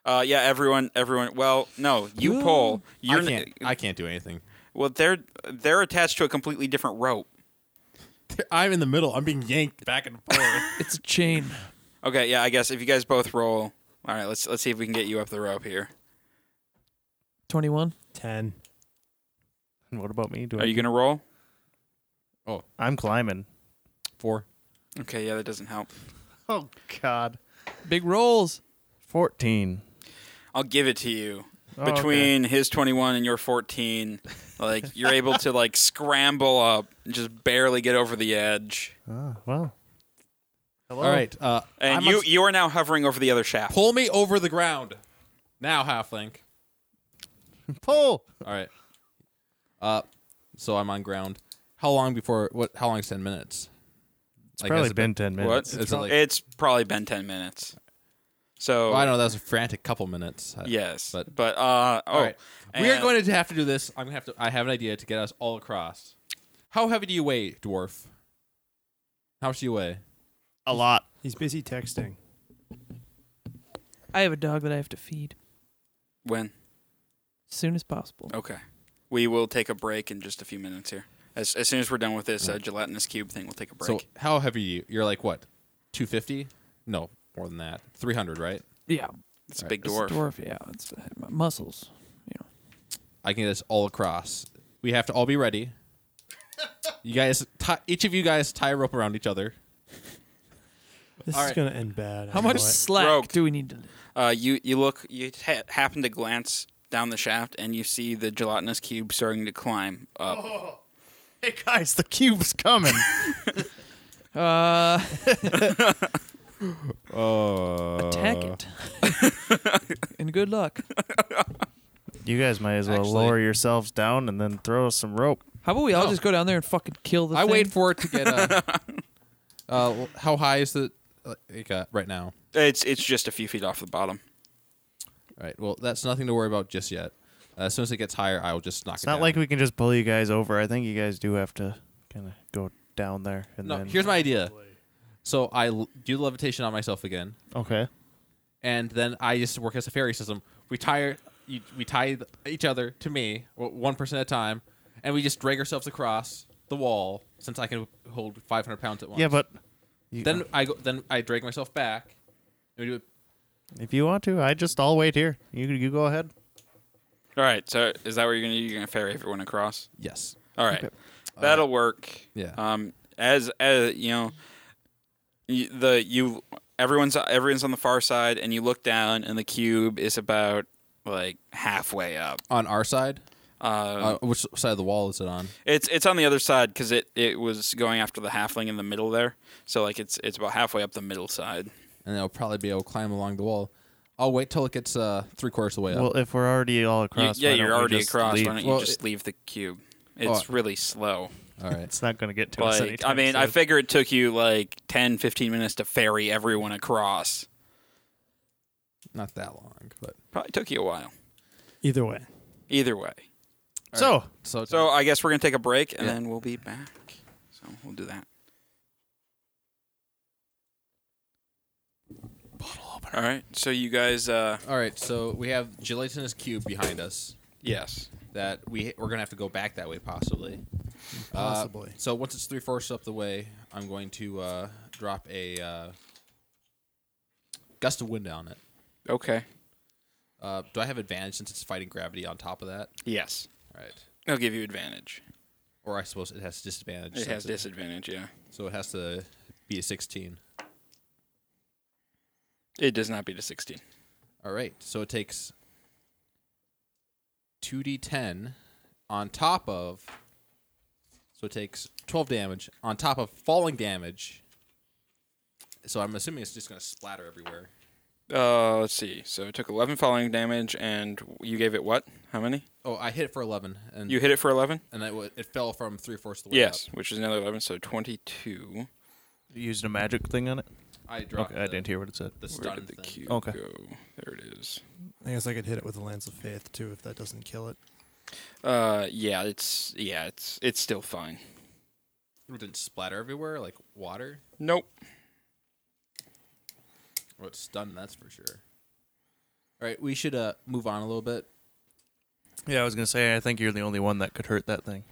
Speaker 2: Uh, yeah, everyone, everyone. Well, no, you pull. You're
Speaker 3: I can't. I can't do anything.
Speaker 2: well. They're they're attached to a completely different rope.
Speaker 3: [laughs] I'm in the middle. I'm being yanked back and forth.
Speaker 5: it's a chain.
Speaker 2: Okay, yeah, I guess if you guys both roll, all right, let's let's see if we can get you up the rope here.
Speaker 5: Twenty-one.
Speaker 6: Ten.
Speaker 4: And what about me? Do
Speaker 2: Are
Speaker 4: I,
Speaker 2: you gonna roll?
Speaker 4: I'm climbing.
Speaker 3: [laughs] Four.
Speaker 2: Okay, yeah, that doesn't help.
Speaker 4: Oh God.
Speaker 5: Big rolls.
Speaker 4: Fourteen.
Speaker 2: I'll give it to you.
Speaker 4: Oh, okay.
Speaker 2: Between his 21 and your 14, like you're able to like scramble up, and just barely get over the edge,
Speaker 4: Ah, well. Hello.
Speaker 3: All right. Uh,
Speaker 2: and
Speaker 3: I'm
Speaker 2: you
Speaker 3: ups-
Speaker 2: you are now hovering over the other shaft.
Speaker 3: pull me over the ground now, halfling.
Speaker 4: Pull.
Speaker 3: All right. Uh, so I'm on ground. How long before? What? How long is ten minutes?
Speaker 4: It's
Speaker 3: Like, has
Speaker 4: probably
Speaker 3: it
Speaker 4: been ten
Speaker 2: What?
Speaker 4: minutes.
Speaker 2: It's,
Speaker 3: It's not like-
Speaker 2: probably been 10 minutes. So
Speaker 3: Well, Oh, I know that was a frantic couple minutes. I-
Speaker 2: yes, but
Speaker 3: but-
Speaker 2: but uh oh,
Speaker 3: All right. we are
Speaker 2: and-
Speaker 3: going to have to do this. I'm gonna have to. I have an idea to get us all across. How heavy do you weigh, dwarf? How much do you weigh?
Speaker 4: A lot.
Speaker 6: He's busy texting.
Speaker 5: I have a dog that I have to feed
Speaker 2: when
Speaker 5: as soon as possible.
Speaker 2: okay, we will take a break in just a few minutes here. As, as soon as we're done with this uh, gelatinous cube thing, we'll take a break.
Speaker 3: So how heavy are you? You're like what? Two fifty? No, more than that. Three hundred, right?
Speaker 5: Yeah,
Speaker 2: it's a
Speaker 3: all right,
Speaker 2: big
Speaker 5: it's
Speaker 2: dwarf.
Speaker 5: a dwarf. Yeah, it's uh, my muscles.
Speaker 3: I can get us all across. We have to all be ready.
Speaker 2: [laughs]
Speaker 3: You guys, tie, each of you guys, tie a rope around each other.
Speaker 6: This
Speaker 3: All
Speaker 6: is
Speaker 3: right.
Speaker 6: gonna end bad. I
Speaker 5: How
Speaker 6: know
Speaker 5: much
Speaker 6: it.
Speaker 5: slack
Speaker 2: Rogue.
Speaker 5: do we need to?
Speaker 2: Uh, you you look you ha- happen to glance down the shaft and you see the gelatinous cube starting to climb up.
Speaker 4: Hey guys, the cube's coming.
Speaker 5: Uh, [laughs]
Speaker 3: Oh,
Speaker 5: attack it. [laughs] and good luck.
Speaker 4: [laughs] you guys might as well
Speaker 3: Actually-
Speaker 4: lower yourselves down and then throw us some rope.
Speaker 5: How about we all just go down there and fucking kill the
Speaker 3: I
Speaker 5: thing?
Speaker 3: wait for it to get. Uh, uh, how high is the? Like, uh, right now.
Speaker 2: It's it's just a few feet off the bottom.
Speaker 3: All right. Well, that's nothing to worry about just yet. Uh, as soon as it gets higher, I will just knock
Speaker 4: It's
Speaker 3: it
Speaker 4: not
Speaker 3: down.
Speaker 4: like we can just pull you guys over. I think you guys do have to kind of go down there and
Speaker 3: No,
Speaker 4: then.
Speaker 3: here's my idea. So I l- do levitation on myself again,
Speaker 4: okay.
Speaker 3: and then I just work as a fairy system. We tie you, we tie th- each other to me, w- one person at a time, and we just drag ourselves across the wall. Since I can hold 500 pounds at once.
Speaker 4: Yeah, but you,
Speaker 3: then I go, then I drag myself back. And we do it.
Speaker 4: if you want to, I just I'll wait here. You you go ahead.
Speaker 2: All right, so is that what you're gonna do? You're gonna ferry everyone across?
Speaker 3: Yes.
Speaker 2: All right,
Speaker 3: Uh,
Speaker 2: that'll work.
Speaker 3: Yeah.
Speaker 2: Um, as as you know, y- the you everyone's everyone's on the far side, and you look down, and the cube is about like halfway up.
Speaker 3: on our side,
Speaker 2: Uh,
Speaker 3: uh, which side of the wall is it on?
Speaker 2: It's it's on the other side because it, it was going after the halfling in the middle there. So like it's it's about halfway up the middle side.
Speaker 3: And it'll probably be able to climb along the wall. I'll wait till it gets uh, three quarters of the way up.
Speaker 4: Well, if we're already all
Speaker 2: You-
Speaker 4: across,
Speaker 2: yeah,
Speaker 4: why don't
Speaker 2: you're
Speaker 4: we
Speaker 2: already
Speaker 4: just
Speaker 2: across.
Speaker 4: leave?
Speaker 2: Why don't you
Speaker 3: Well,
Speaker 2: just
Speaker 3: it-
Speaker 2: leave the cube? It's
Speaker 3: Oh.
Speaker 2: really slow.
Speaker 3: All right.
Speaker 4: It's not going to get to us
Speaker 2: Like
Speaker 4: anytime
Speaker 2: I mean, I
Speaker 4: soon.
Speaker 2: figure it took you like 10, 15 minutes to ferry everyone across.
Speaker 3: Not that long, but
Speaker 2: Probably took you a while.
Speaker 6: Either way.
Speaker 2: Either way.
Speaker 4: so.
Speaker 3: so
Speaker 2: So I guess we're gonna take a break and
Speaker 3: Yeah.
Speaker 2: then we'll be back. So we'll do that. All right. So you guys. uh
Speaker 3: all right. So we have gelatinous cube behind us
Speaker 2: Yes.
Speaker 3: that we we're gonna have to go back that way possibly. Uh,
Speaker 6: Possibly.
Speaker 3: so once it's three fourths up the way, I'm going to uh, drop a uh, gust of wind on it.
Speaker 2: Okay.
Speaker 3: Uh, do I have advantage since it's fighting gravity on top of that?
Speaker 2: Yes.
Speaker 3: All right.
Speaker 2: It'll give you advantage.
Speaker 3: Or I suppose it has disadvantage.
Speaker 2: It
Speaker 3: since
Speaker 2: has disadvantage, yeah.
Speaker 3: So it has to be a 16.
Speaker 2: It does not beat a 16.
Speaker 3: All right. So it takes 2d10 on top of. So it takes 12 damage on top of falling damage. So I'm assuming it's just going to splatter everywhere.
Speaker 2: Uh, let's see. So it took 11 falling damage, and you gave it what? How many?
Speaker 3: Oh, I hit it for eleven, and
Speaker 2: You hit it for 11?
Speaker 3: and it, wa- it fell from three fourths of the way
Speaker 2: Yes,
Speaker 3: up.
Speaker 2: which is another 11, so 22.
Speaker 4: You used a magic thing on it?
Speaker 3: I dropped.
Speaker 4: Okay, I
Speaker 3: the-
Speaker 4: didn't hear what it said.
Speaker 3: The
Speaker 2: Where
Speaker 3: stun
Speaker 2: did the
Speaker 3: thing.
Speaker 2: cube
Speaker 4: Okay.
Speaker 2: go? There it is.
Speaker 6: I guess I could hit it with a Lance of Faith too if that doesn't kill it.
Speaker 2: Uh, yeah, it's yeah, it's it's still fine.
Speaker 3: It didn't splatter everywhere like water.
Speaker 2: Nope.
Speaker 3: Well, it's stunned. That's for sure. All right, we should uh move on a little bit.
Speaker 4: Yeah, I was gonna say I think you're the only one that could hurt that thing.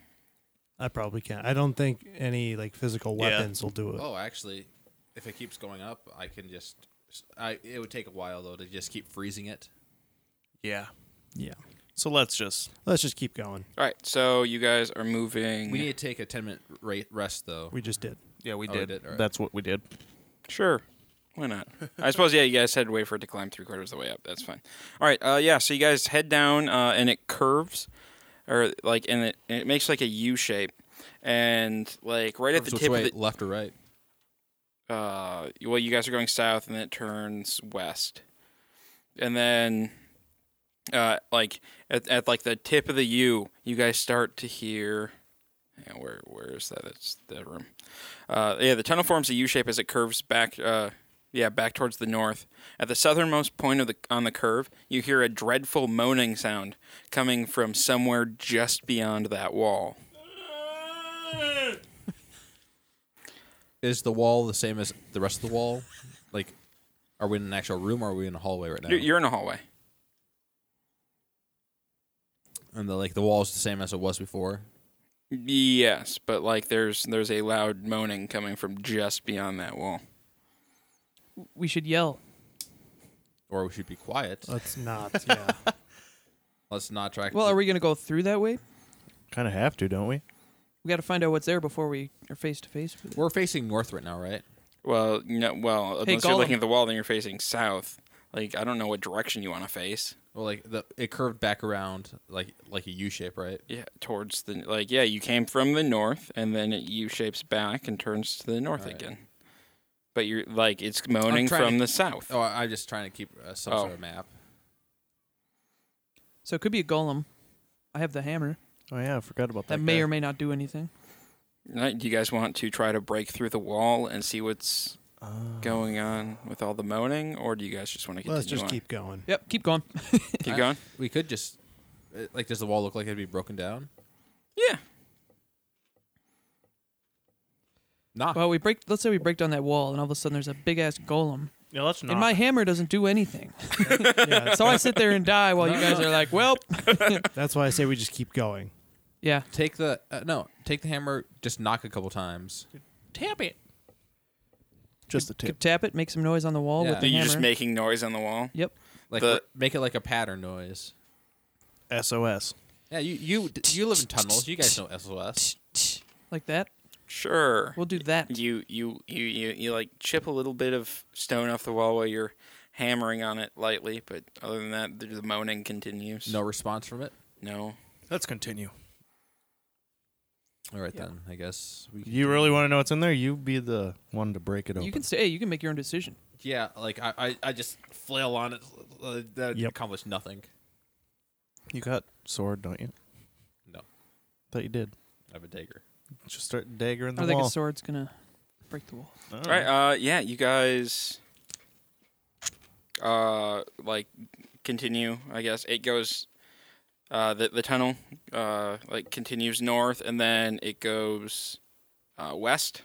Speaker 6: I probably can't. I don't think any like physical
Speaker 4: Yeah.
Speaker 6: weapons will do it.
Speaker 3: Oh, actually, if it keeps going up, I can just. I it would take a while though to just keep freezing it.
Speaker 4: Yeah.
Speaker 6: Yeah.
Speaker 4: So let's just
Speaker 6: Let's just keep going.
Speaker 2: All right, so you guys are moving.
Speaker 3: We need to take a ten minute ra- rest though.
Speaker 6: We just did.
Speaker 4: Yeah, we
Speaker 3: Oh, we
Speaker 4: did.
Speaker 3: did, alright.
Speaker 4: That's what we did.
Speaker 2: Sure. Why not? [laughs] I suppose, yeah, you guys had to wait for it to climb three quarters of the way up. That's fine. All right. Uh, yeah, so you guys head down uh, and it curves, or like, and it, and it makes like a U shape. And like right at the
Speaker 3: Which
Speaker 2: tip
Speaker 3: way,
Speaker 2: of
Speaker 3: left or right?
Speaker 2: the, uh, well, you guys are going south and it turns west. And then, uh, like, at, at like the tip of the U, you guys start to hear. Yeah, where where is that? It's that room. Uh, yeah, the tunnel forms a U shape as it curves back. Uh, yeah, back towards the north. At the southernmost point of the on the curve, you hear a dreadful moaning sound coming from somewhere just beyond that wall.
Speaker 3: Is the wall the same as the rest of the wall? [laughs] Like, are we in an actual room or are we in a hallway right now?
Speaker 2: You're, you're in a hallway.
Speaker 3: and the like the wall is the same as it was before.
Speaker 2: Yes, but like there's there's a loud moaning coming from just beyond that wall.
Speaker 5: We should yell.
Speaker 3: Or we should be quiet.
Speaker 6: Let's not. Yeah.
Speaker 3: Let's not track.
Speaker 5: Well, are we going to go through that way?
Speaker 4: Kind of have to, don't we?
Speaker 5: We got to find out what's there before we are face to face with it.
Speaker 3: We're facing north right now, right?
Speaker 2: Well, no, well,
Speaker 5: Hey,
Speaker 2: unless you're looking
Speaker 5: Gollum.
Speaker 2: at the wall, then you're facing south. Like I don't know what direction you want to face.
Speaker 3: Well, like the it curved back around like like a U shape, right?
Speaker 2: Yeah, towards the like yeah, you came from the north and then it U shapes back and turns to the north
Speaker 3: All right.
Speaker 2: again. But you're like it's moaning
Speaker 3: trying
Speaker 2: from
Speaker 3: to-
Speaker 2: the south.
Speaker 3: Oh, I- I'm just trying to keep uh, some
Speaker 2: Oh.
Speaker 3: sort of map.
Speaker 5: So it could be a golem. I have the hammer.
Speaker 4: Oh yeah, I forgot about
Speaker 5: That
Speaker 4: that.
Speaker 5: may or may not do anything.
Speaker 2: Right, Do you guys want to try to break through the wall and see what's
Speaker 4: Uh,
Speaker 2: going on with all the moaning, or do you guys just want to continue
Speaker 6: Let's just
Speaker 2: on?
Speaker 5: [laughs]
Speaker 6: keep going.
Speaker 5: Yep, keep going.
Speaker 2: keep going?
Speaker 3: We could just uh, like does the wall look like it'd be broken down?
Speaker 2: Yeah.
Speaker 3: Nah.
Speaker 5: Well, we break. Let's say we break down that wall, and all of a sudden there's a big ass golem,
Speaker 4: Yeah, let's
Speaker 5: and my hammer doesn't do [laughs] anything.
Speaker 6: Yeah,
Speaker 5: So I sit there and die while you guys are like, [laughs] "Well,
Speaker 6: that's why I say we just keep going.
Speaker 5: yeah,
Speaker 3: take the uh, no, take the hammer. Just knock a couple times.
Speaker 5: tap it,
Speaker 4: just the tip.
Speaker 5: Could tap it, make some noise on the wall
Speaker 3: Yeah.
Speaker 5: with the
Speaker 2: You're
Speaker 5: hammer."
Speaker 2: just making noise on the wall.
Speaker 5: yep.
Speaker 3: Like
Speaker 2: The-
Speaker 3: r- make it like a pattern noise.
Speaker 4: SOS.
Speaker 3: Yeah, you you d- you live in tunnels. You guys know SOS.
Speaker 5: Like that.
Speaker 2: Sure.
Speaker 5: We'll do that.
Speaker 2: you you you you you like chip a little bit of stone off the wall while you're hammering on it lightly, but other than that, the, the moaning continues.
Speaker 3: No response from it.
Speaker 2: no.
Speaker 4: Let's continue.
Speaker 3: All right then, I guess we.
Speaker 4: You really want to know what's in there? You be the one to break it open.
Speaker 5: You can stay. You can make your own decision.
Speaker 3: Yeah, like I, I, I just flail on it. Uh, that
Speaker 6: Yep.
Speaker 3: accomplished nothing.
Speaker 4: You got sword, don't you?
Speaker 3: No.
Speaker 4: Thought you did.
Speaker 3: I have a dagger.
Speaker 4: Just start dagger in
Speaker 5: I
Speaker 4: the
Speaker 5: think
Speaker 4: wall.
Speaker 5: a sword's gonna break the wall.
Speaker 4: All
Speaker 2: All right. Uh, yeah, you guys. Uh, like continue. I guess it goes. Uh, the the tunnel uh like continues north and then it goes, uh, west.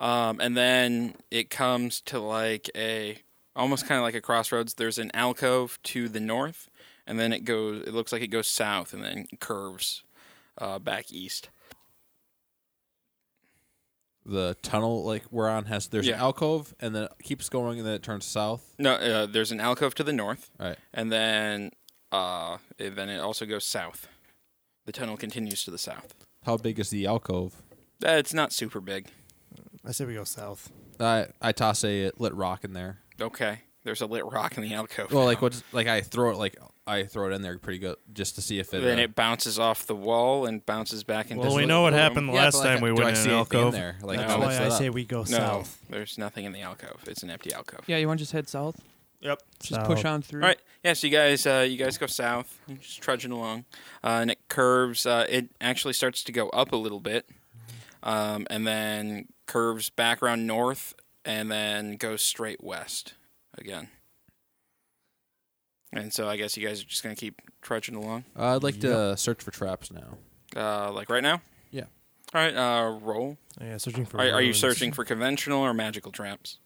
Speaker 2: Um, and then it comes to like a almost kind of like a crossroads. There's an alcove to the north, and then it goes. It looks like it goes south and then curves, uh, back east.
Speaker 3: The tunnel like we're on has there's an
Speaker 2: Yeah.
Speaker 3: alcove and then it keeps going and then it turns south.
Speaker 2: No, uh, there's an alcove to the north.
Speaker 3: All right.
Speaker 2: and then uh and then it also goes south. The tunnel continues to the south.
Speaker 3: How big is the alcove?
Speaker 2: Uh, It's not super big.
Speaker 6: I say we go south.
Speaker 3: I I toss a lit rock in there.
Speaker 2: Okay, there's a lit rock in the alcove.
Speaker 3: Well, like
Speaker 2: now.
Speaker 3: what's like I throw it like I throw it in there pretty good just to see if it.
Speaker 2: Then
Speaker 3: uh,
Speaker 2: it bounces off the wall and bounces back into.
Speaker 4: Well,
Speaker 2: the
Speaker 4: we know what
Speaker 2: room.
Speaker 4: happened the
Speaker 3: Yeah,
Speaker 4: last
Speaker 3: but,
Speaker 4: time
Speaker 3: like,
Speaker 4: we
Speaker 3: do
Speaker 4: went
Speaker 3: I
Speaker 4: in
Speaker 3: see
Speaker 4: an
Speaker 3: anything
Speaker 4: alcove.
Speaker 3: there? Like,
Speaker 6: That's
Speaker 2: No.
Speaker 6: why
Speaker 3: what's
Speaker 6: I
Speaker 3: that?
Speaker 6: say we go
Speaker 2: No,
Speaker 6: south.
Speaker 2: there's nothing in the alcove. It's an empty alcove.
Speaker 5: Yeah, you want to just head south?
Speaker 4: Yep.
Speaker 5: Just push
Speaker 6: South.
Speaker 5: on through.
Speaker 2: All right. Yeah. So you guys, uh, you guys go south. You're just trudging along, uh, and it curves. Uh, it actually starts to go up a little bit, um, and then curves back around north, and then goes straight west again. And so I guess you guys are just gonna keep trudging along,
Speaker 3: Uh, I'd like to search for traps now.
Speaker 2: uh, like right now.
Speaker 3: Yeah.
Speaker 2: All right. Uh, roll.
Speaker 6: Oh, Yeah, searching for.
Speaker 2: Are, are you
Speaker 6: ruins.
Speaker 2: searching for conventional or magical traps?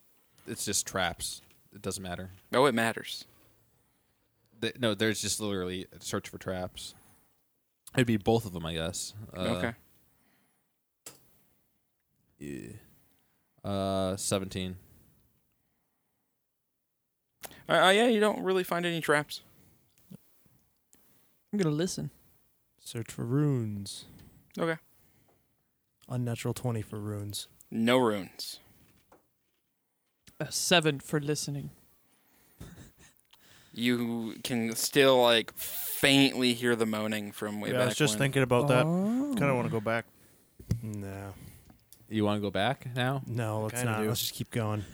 Speaker 3: It's just traps. It doesn't matter.
Speaker 2: Oh, it matters.
Speaker 3: Th- no, there's just literally a search for traps. It'd be both of them, I guess. Uh,
Speaker 2: okay.
Speaker 3: yeah. Uh, seventeen.
Speaker 2: Uh, uh, yeah. You don't really find any traps.
Speaker 5: I'm gonna listen.
Speaker 6: Search for runes.
Speaker 2: Okay.
Speaker 6: Unnatural twenty for runes.
Speaker 2: No runes.
Speaker 5: A seven for listening.
Speaker 2: you can still like faintly hear the moaning from way
Speaker 4: Yeah,
Speaker 2: back.
Speaker 4: I was just
Speaker 2: when.
Speaker 4: thinking about that.
Speaker 5: Oh.
Speaker 4: Kind of want to go back.
Speaker 6: No,
Speaker 3: You want to go back now?
Speaker 6: no, let's
Speaker 4: Kinda
Speaker 6: not.
Speaker 4: do.
Speaker 6: Let's just keep going.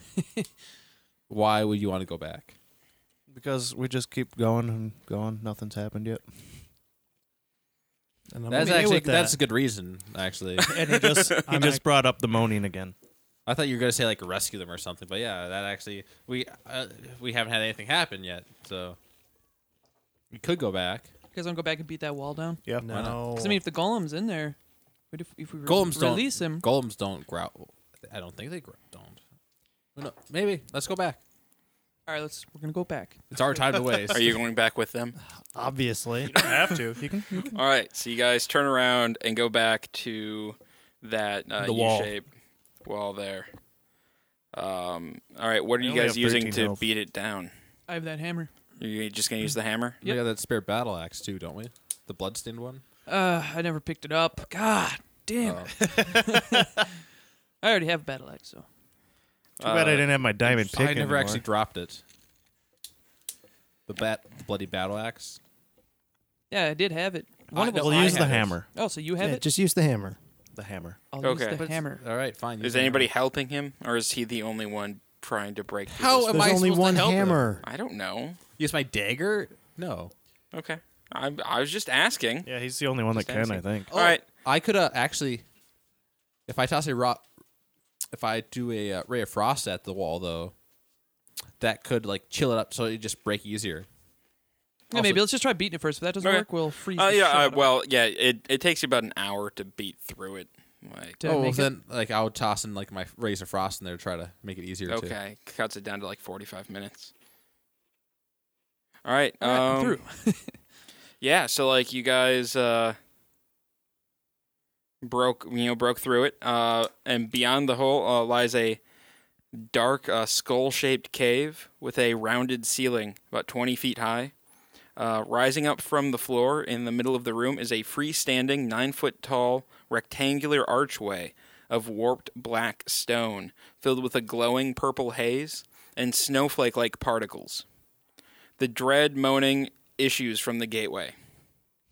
Speaker 3: Why would you want to go back?
Speaker 4: Because we just keep going and going. Nothing's happened yet.
Speaker 6: And I'm
Speaker 3: that's
Speaker 6: okay
Speaker 3: actually
Speaker 6: with that.
Speaker 3: that's a good reason. Actually,
Speaker 4: And he
Speaker 6: [laughs]
Speaker 4: just he
Speaker 6: I'm
Speaker 4: just
Speaker 6: act-
Speaker 4: brought up the moaning again.
Speaker 3: I thought you were gonna say like rescue them or something, but yeah, that actually we uh, we haven't had anything happen yet, so we could go back.
Speaker 5: You guys want to go back and beat that wall down?
Speaker 4: Yeah.
Speaker 3: why not?
Speaker 6: no.
Speaker 5: Because I mean, if the golem's in there, what if, if we re-
Speaker 3: Golems don't-
Speaker 5: release him?
Speaker 3: Golems don't growl. I don't think they growl. Don't. Who know- Maybe let's go back.
Speaker 5: All right, let's. We're gonna go back.
Speaker 3: It's our time to waste.
Speaker 2: [laughs] Are you going back with
Speaker 4: [laughs]
Speaker 2: them?
Speaker 6: obviously,
Speaker 4: don't have to.
Speaker 6: [laughs]
Speaker 4: You can.
Speaker 2: All right. So you guys turn around and go back to that uh,
Speaker 4: The wall.
Speaker 2: U-shape wall there. Um, all right. What are
Speaker 4: I
Speaker 2: you
Speaker 4: only
Speaker 2: guys
Speaker 4: have
Speaker 2: using
Speaker 4: 13
Speaker 2: to
Speaker 4: health.
Speaker 2: beat it down?
Speaker 5: I have that hammer.
Speaker 2: Are you just gonna use the hammer?
Speaker 3: We got that spare battle axe too, don't we? The bloodstained one.
Speaker 5: Uh, I never picked it up. God damn
Speaker 3: Oh.
Speaker 5: it! [laughs] I already have a battle axe, so
Speaker 4: Too bad I
Speaker 2: Uh,
Speaker 4: didn't have my diamond pick.
Speaker 3: I never
Speaker 4: anymore.
Speaker 3: actually dropped it. The bat, the bloody battle axe.
Speaker 5: yeah, I did have it.
Speaker 3: One of
Speaker 4: We'll
Speaker 3: us- I
Speaker 4: use the
Speaker 3: have it.
Speaker 4: hammer.
Speaker 5: Oh, so you have
Speaker 6: yeah,
Speaker 5: it?
Speaker 6: just use the hammer.
Speaker 4: The hammer.
Speaker 5: I'll
Speaker 2: Okay.
Speaker 5: use
Speaker 2: But
Speaker 5: the hammer.
Speaker 3: All right, fine. use
Speaker 2: Is
Speaker 3: the hammer.
Speaker 2: anybody helping him, or is he the only one trying to break? through
Speaker 3: How
Speaker 2: this
Speaker 3: am
Speaker 2: wall?
Speaker 6: There's only
Speaker 3: supposed to
Speaker 6: one
Speaker 3: help him?
Speaker 6: hammer.
Speaker 2: [laughs] I don't know.
Speaker 3: Use my dagger? No.
Speaker 2: Okay. I I was just asking.
Speaker 4: Yeah, he's the only one that
Speaker 2: Just
Speaker 4: can. I think.
Speaker 5: Oh.
Speaker 2: All right.
Speaker 3: I could uh, actually, if I toss a rock, if I do a uh, ray of frost at the wall though, that could like chill it up so it just break easier.
Speaker 5: Yeah, maybe let's just try beating it first. If that doesn't
Speaker 2: Okay.
Speaker 5: work, we'll freeze.
Speaker 2: Uh,
Speaker 5: the shit
Speaker 2: yeah.
Speaker 5: out
Speaker 2: Uh,
Speaker 5: of it.
Speaker 2: well, yeah. It it takes you about an hour to beat through it. Like.
Speaker 5: Did I
Speaker 3: oh, well,
Speaker 5: make it?
Speaker 3: then like I would toss in like my rays of frost in there to try to make it easier too.
Speaker 2: Okay, cuts it down to like 45 minutes. All right.
Speaker 5: All right, I'm
Speaker 2: um,
Speaker 5: through. [laughs]
Speaker 2: Yeah, so like you guys uh broke, you know, broke through it. Uh and beyond the hole uh, lies a dark uh, skull-shaped cave with a rounded ceiling about 20 feet high. Uh, rising up from the floor in the middle of the room is a freestanding nine foot tall rectangular archway of warped black stone filled with a glowing purple haze and snowflake like particles. The dread moaning issues from the gateway.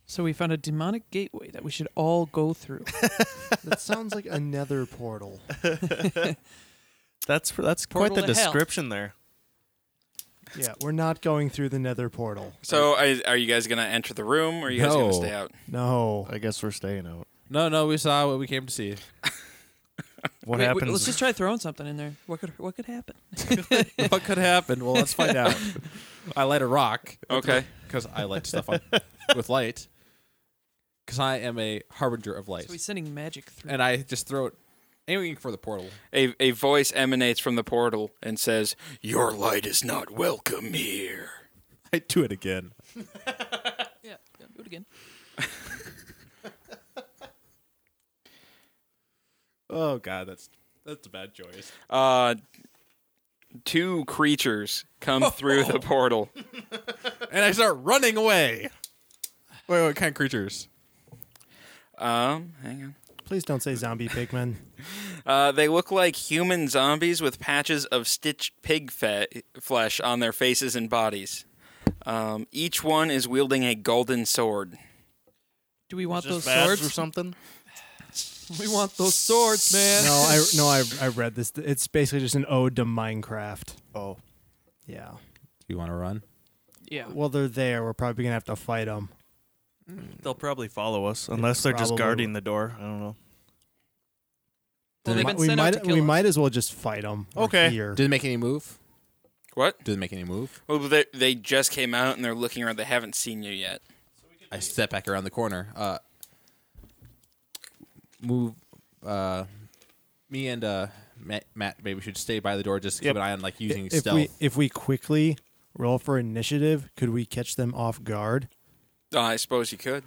Speaker 5: So we found a demonic gateway that we should all go through. [laughs]
Speaker 6: that sounds like another portal.
Speaker 4: That's that's quite
Speaker 5: Portal
Speaker 4: the
Speaker 5: to hell.
Speaker 4: description there.
Speaker 6: Yeah, we're not going through the nether portal.
Speaker 2: So, are, are you guys going to enter the room or are you guys going
Speaker 3: No.
Speaker 2: to stay out?
Speaker 6: No.
Speaker 4: I guess we're staying out.
Speaker 3: No, no, we saw what we came to see. [laughs]
Speaker 4: What
Speaker 5: Wait, wait,
Speaker 4: happens?
Speaker 5: let's just try throwing something in there. What could what could happen?
Speaker 3: what could happen? Well, let's
Speaker 5: [laughs]
Speaker 3: find out. I light a rock. [laughs]
Speaker 2: Okay.
Speaker 3: Because I light stuff on with light. Because I am a harbinger of light,
Speaker 5: So he's sending magic through.
Speaker 3: and I just throw it aiming for the portal.
Speaker 2: A, a voice emanates from the portal and says, Your light is not welcome here.
Speaker 3: [laughs] I do it again.
Speaker 5: yeah, yeah, do it again.
Speaker 3: Oh God, that's that's a bad choice.
Speaker 2: Uh, two creatures come through the portal.
Speaker 3: and I start running away. Wait, what kind of creatures?
Speaker 2: Um, hang on.
Speaker 6: Please don't say zombie pigmen.
Speaker 2: Uh, they look like human zombies with patches of stitched pig fe- flesh on their faces and bodies. Um, each one is wielding a golden sword.
Speaker 5: Do we want those
Speaker 4: Just bats or
Speaker 5: swords?
Speaker 4: something?
Speaker 5: [laughs] We want those swords, man.
Speaker 6: No, I no, I I read this. It's basically just an ode to Minecraft. Oh, yeah.
Speaker 3: you want to run?
Speaker 5: Yeah.
Speaker 6: Well, they're there. We're probably gonna have to fight them.
Speaker 4: They'll probably follow us unless they're just
Speaker 6: probably
Speaker 4: guarding the door. I don't know.
Speaker 5: Well, they've been
Speaker 6: we
Speaker 5: sent out
Speaker 6: might
Speaker 5: to kill
Speaker 6: we
Speaker 5: us.
Speaker 6: might as well just fight them.
Speaker 4: Okay.
Speaker 6: Here.
Speaker 3: Did it make any move?
Speaker 2: What?
Speaker 3: Did it make any move?
Speaker 2: Well, they, they just came out and they're looking around. They haven't seen you yet.
Speaker 3: I step back around the corner. Uh, move. Uh, me and uh, Matt, Matt maybe should stay by the door just to
Speaker 4: Yep.
Speaker 3: keep an eye on like using
Speaker 6: if
Speaker 3: stealth.
Speaker 6: we if we quickly roll for initiative, could we catch them off guard?
Speaker 2: Uh, I suppose you could.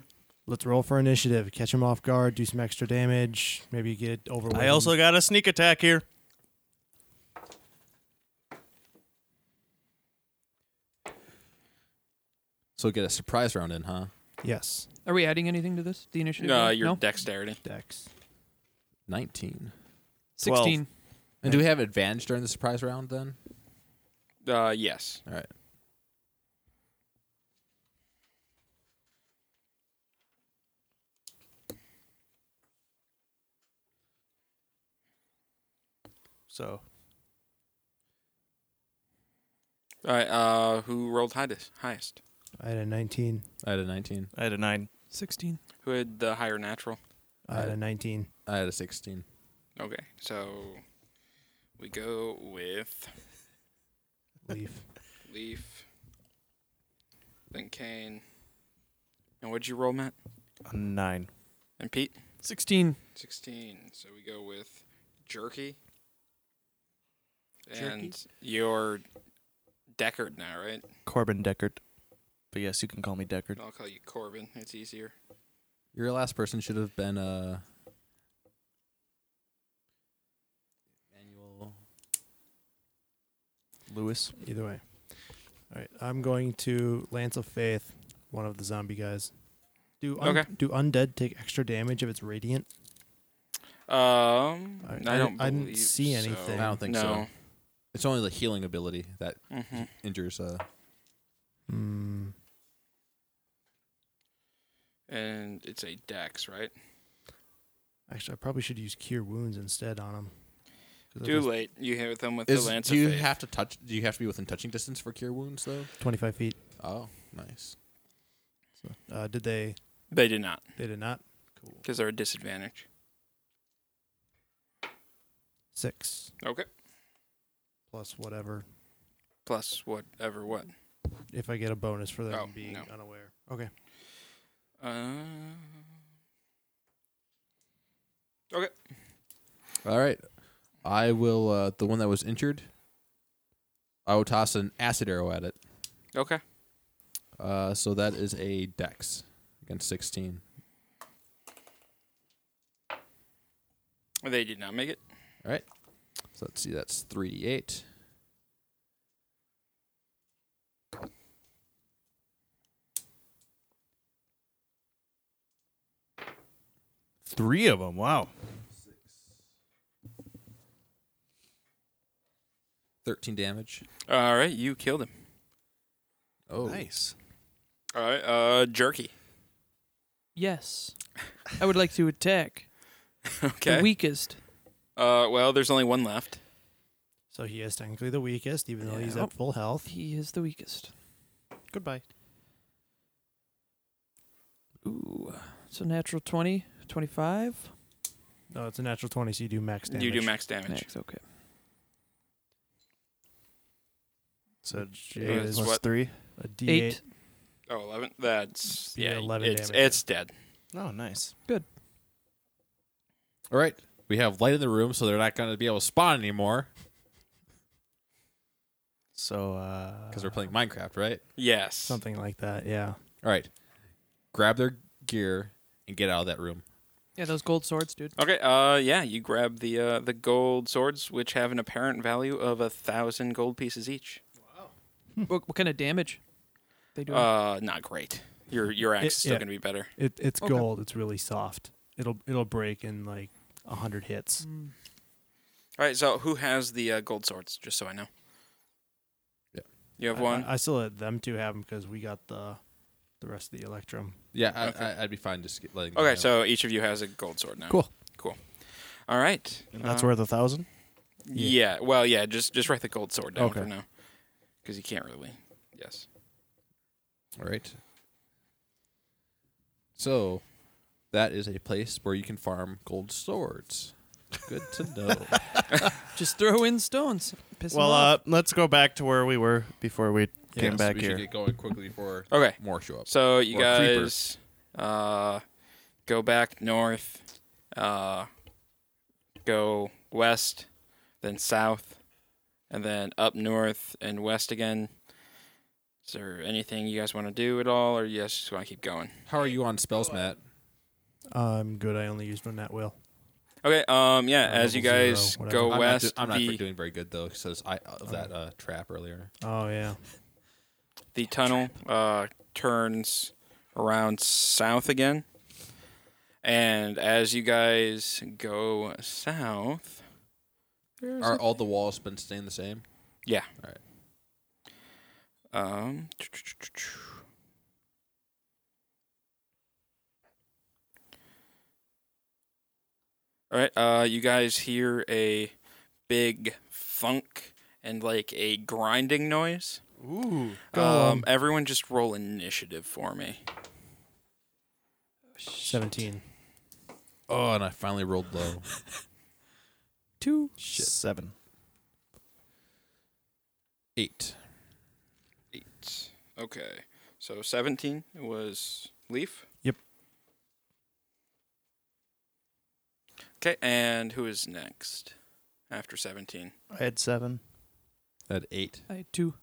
Speaker 6: Let's roll for initiative. Catch them off guard. Do some extra damage. Maybe get it over. with.
Speaker 4: I also got a sneak attack here.
Speaker 3: So get a surprise round in, huh?
Speaker 6: yes.
Speaker 5: Are we adding anything to this? The initiative?
Speaker 6: Uh,
Speaker 2: No,
Speaker 5: round?
Speaker 2: your
Speaker 5: no?
Speaker 2: dexterity.
Speaker 6: Dex.
Speaker 3: Nineteen.
Speaker 5: 16.
Speaker 3: And do we have advantage during the surprise round then?
Speaker 2: Uh, yes.
Speaker 3: All right.
Speaker 4: So
Speaker 2: All right. Uh, who rolled highest? Highest.
Speaker 6: I had a 19.
Speaker 3: I had a nineteen.
Speaker 4: I had a nine.
Speaker 5: 16.
Speaker 2: Who had the higher natural?
Speaker 6: I had a 19.
Speaker 3: I had a sixteen.
Speaker 2: Okay, so we go with
Speaker 6: Leaf.
Speaker 2: Leaf, then Kane, and what'd you roll, Matt?
Speaker 4: A nine.
Speaker 2: And Pete,
Speaker 5: 16.
Speaker 2: sixteen. So we go with Jerky, and you're Deckard now, right?
Speaker 4: Corbin Deckard. But yes, you can call me Deckard.
Speaker 2: I'll call you Corbin. It's easier.
Speaker 3: Your last person should have been uh Manuel.
Speaker 4: Lewis.
Speaker 6: Either way. All right. I'm going to Lance of Faith, one of the zombie guys. Do un-
Speaker 2: Okay.
Speaker 6: do undead take extra damage if it's radiant?
Speaker 2: Um, I,
Speaker 6: I-
Speaker 2: don't.
Speaker 6: I- I didn't
Speaker 2: believe
Speaker 6: see
Speaker 2: so.
Speaker 6: anything.
Speaker 3: I don't think
Speaker 2: no.
Speaker 3: It's only the healing ability that
Speaker 2: so. hmm
Speaker 3: injures uh
Speaker 6: Hmm.
Speaker 2: And it's a Dex, right?
Speaker 6: Actually, I probably should use Cure Wounds instead on him.
Speaker 2: Too late. You hit them with
Speaker 3: is,
Speaker 2: the lance.
Speaker 3: do
Speaker 2: of
Speaker 3: you
Speaker 2: Faith.
Speaker 3: have to touch do you have to be within touching distance for cure wounds though?
Speaker 6: 25 feet.
Speaker 3: Oh, nice.
Speaker 6: Uh, did they?
Speaker 2: They do not,
Speaker 6: They did not. Cool.
Speaker 2: because they're a disadvantage.
Speaker 6: Six
Speaker 2: Okay.
Speaker 6: plus whatever.
Speaker 2: Plus whatever what.
Speaker 6: If I get a bonus for them
Speaker 2: Oh,
Speaker 6: being
Speaker 2: no.
Speaker 6: unaware. Okay.
Speaker 2: Uh,
Speaker 3: All right. I will uh the one that was injured I will toss an acid arrow at it.
Speaker 2: okay.
Speaker 3: Uh so that is a dex against 16.
Speaker 2: They did not make it.
Speaker 3: So let's see, that's 3d8.
Speaker 4: Three of them. Wow.
Speaker 3: 13 damage.
Speaker 2: All right, you killed him.
Speaker 3: Oh,
Speaker 4: Nice.
Speaker 2: All right, uh, jerky.
Speaker 5: Yes. I would like to attack
Speaker 2: [laughs] Okay.
Speaker 5: the weakest.
Speaker 2: uh, well, there's only one left.
Speaker 6: So he is technically the weakest, even though he's
Speaker 5: Yeah.
Speaker 6: at full health.
Speaker 5: He is the weakest.
Speaker 6: Goodbye.
Speaker 5: Ooh. So natural 20, 25.
Speaker 6: No, it's a natural 20, so you do max damage.
Speaker 2: You do max damage.
Speaker 5: Next, okay.
Speaker 4: So
Speaker 6: Yeah,
Speaker 4: J
Speaker 6: it's
Speaker 4: plus
Speaker 2: what-
Speaker 4: three.
Speaker 6: A D8.
Speaker 5: Eight.
Speaker 2: Oh, 11. That's
Speaker 6: Be
Speaker 2: yeah.
Speaker 6: 11
Speaker 2: it's
Speaker 6: damage.
Speaker 2: it's dead.
Speaker 4: Oh, nice.
Speaker 3: All right. We have light in the room, so they're not going to be able to spawn anymore
Speaker 4: So uh
Speaker 3: because we're playing Minecraft, right?
Speaker 2: Yes.
Speaker 6: Something like that, yeah.
Speaker 3: All right. Grab their gear and get out of that room.
Speaker 5: Yeah, those gold swords, dude.
Speaker 2: Okay. Uh, yeah. You grab the uh, the gold swords, which have an apparent value of a thousand gold pieces each.
Speaker 5: What, what kind of damage? They do.
Speaker 2: Uh, not great. Your your axe
Speaker 6: It-
Speaker 2: is still
Speaker 6: yeah.
Speaker 2: gonna be better.
Speaker 6: It, it's
Speaker 5: Okay.
Speaker 6: gold. It's really soft. It'll it'll break in like a hundred hits.
Speaker 5: Mm.
Speaker 2: All right. So who has the uh, gold swords? Just so I know. You have
Speaker 6: I-
Speaker 2: one.
Speaker 6: I, I still let them two have them because we got the the rest of the Electrum.
Speaker 3: Yeah, I,
Speaker 2: Okay.
Speaker 3: I, I'd be fine just get- letting. them
Speaker 2: okay,
Speaker 3: have it.
Speaker 2: so each of you has a gold sword now.
Speaker 6: Cool.
Speaker 2: Cool. All right.
Speaker 4: And that's
Speaker 2: Uh,
Speaker 4: worth a thousand.
Speaker 2: Yeah. Well, yeah. Just just write the gold sword down
Speaker 4: Okay.
Speaker 2: for now, because you can't really. Yes.
Speaker 3: All right. So, that is a place where you can farm gold swords. Good to
Speaker 2: [laughs]
Speaker 3: know.
Speaker 5: Just throw in stones. Piss 'em
Speaker 4: Well,
Speaker 5: off.
Speaker 4: uh, let's go back to where we were before we came
Speaker 3: Yes,
Speaker 4: back
Speaker 3: we
Speaker 4: here.
Speaker 3: should get going quickly before
Speaker 2: Okay.
Speaker 3: more show up.
Speaker 2: So you
Speaker 3: Or creeper.
Speaker 2: guys uh, go back north, uh, go west, then south, and then up north and west again. Is there anything you guys want to do at all, or you guys just want to keep going?
Speaker 3: How are you on
Speaker 2: Uh,
Speaker 3: spells, Matt?
Speaker 6: I'm good. I only used one at will.
Speaker 2: Okay. Um. Yeah.
Speaker 6: Uh,
Speaker 2: As you
Speaker 6: level zero,
Speaker 2: guys
Speaker 6: whatever.
Speaker 2: go
Speaker 6: I'm
Speaker 3: I'm
Speaker 2: west,
Speaker 3: not, do- I'm not
Speaker 2: the Uh-huh.
Speaker 3: doing very good though, because I of that uh, trap earlier.
Speaker 6: Oh yeah.
Speaker 2: the tunnel uh, turns around south again. And as you guys go south, there's
Speaker 3: Are all the walls been staying the same?
Speaker 2: a- um, all right. Uh, you guys hear a big thunk and like a grinding noise.
Speaker 4: Ooh.
Speaker 2: Um, everyone just roll initiative for me.
Speaker 6: Seventeen.
Speaker 3: Oh, and I finally rolled low.
Speaker 5: [laughs] two.
Speaker 4: Seven.
Speaker 3: Eight.
Speaker 2: Eight. Okay. So 17 was Leaf?
Speaker 6: Yep.
Speaker 2: Okay, and who is next after 17?
Speaker 4: I had seven.
Speaker 3: At eight.
Speaker 5: I had two.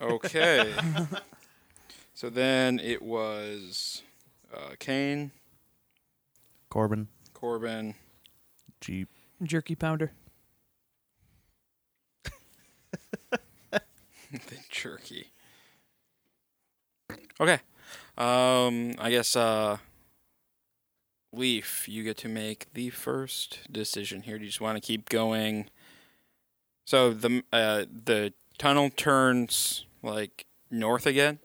Speaker 2: Okay. so then it was uh, Kane,
Speaker 4: Corbin.
Speaker 2: Corbin. [laughs]
Speaker 4: Jeep.
Speaker 5: Jerky pounder.
Speaker 2: the jerky. Okay. Um I guess uh Leaf, you get to make the first decision here. Do you just want to keep going? So the uh the tunnel turns like north again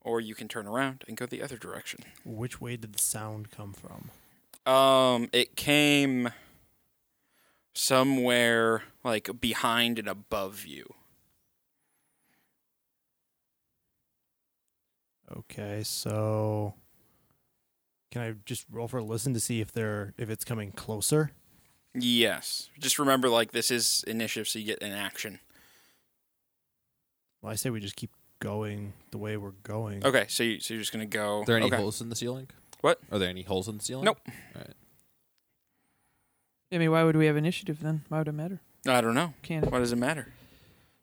Speaker 2: or you can turn around and go the other direction.
Speaker 6: Which way did the sound come from?
Speaker 2: Um, it came somewhere like behind and above you.
Speaker 6: Okay, so can I just roll for listen to see if they're if it's coming closer?
Speaker 2: Yes. Just remember, like, this is initiative, so you get an action.
Speaker 6: Well, I say we just keep going the way we're going.
Speaker 2: Okay, so, you, so you're just going to go.
Speaker 3: Are there any
Speaker 2: okay.
Speaker 3: holes in the ceiling?
Speaker 2: What?
Speaker 3: Are there any holes in the ceiling?
Speaker 2: Nope.
Speaker 5: I mean, why would we have initiative then? Why would it matter?
Speaker 2: I don't know.
Speaker 5: Can't it?
Speaker 2: What does it matter?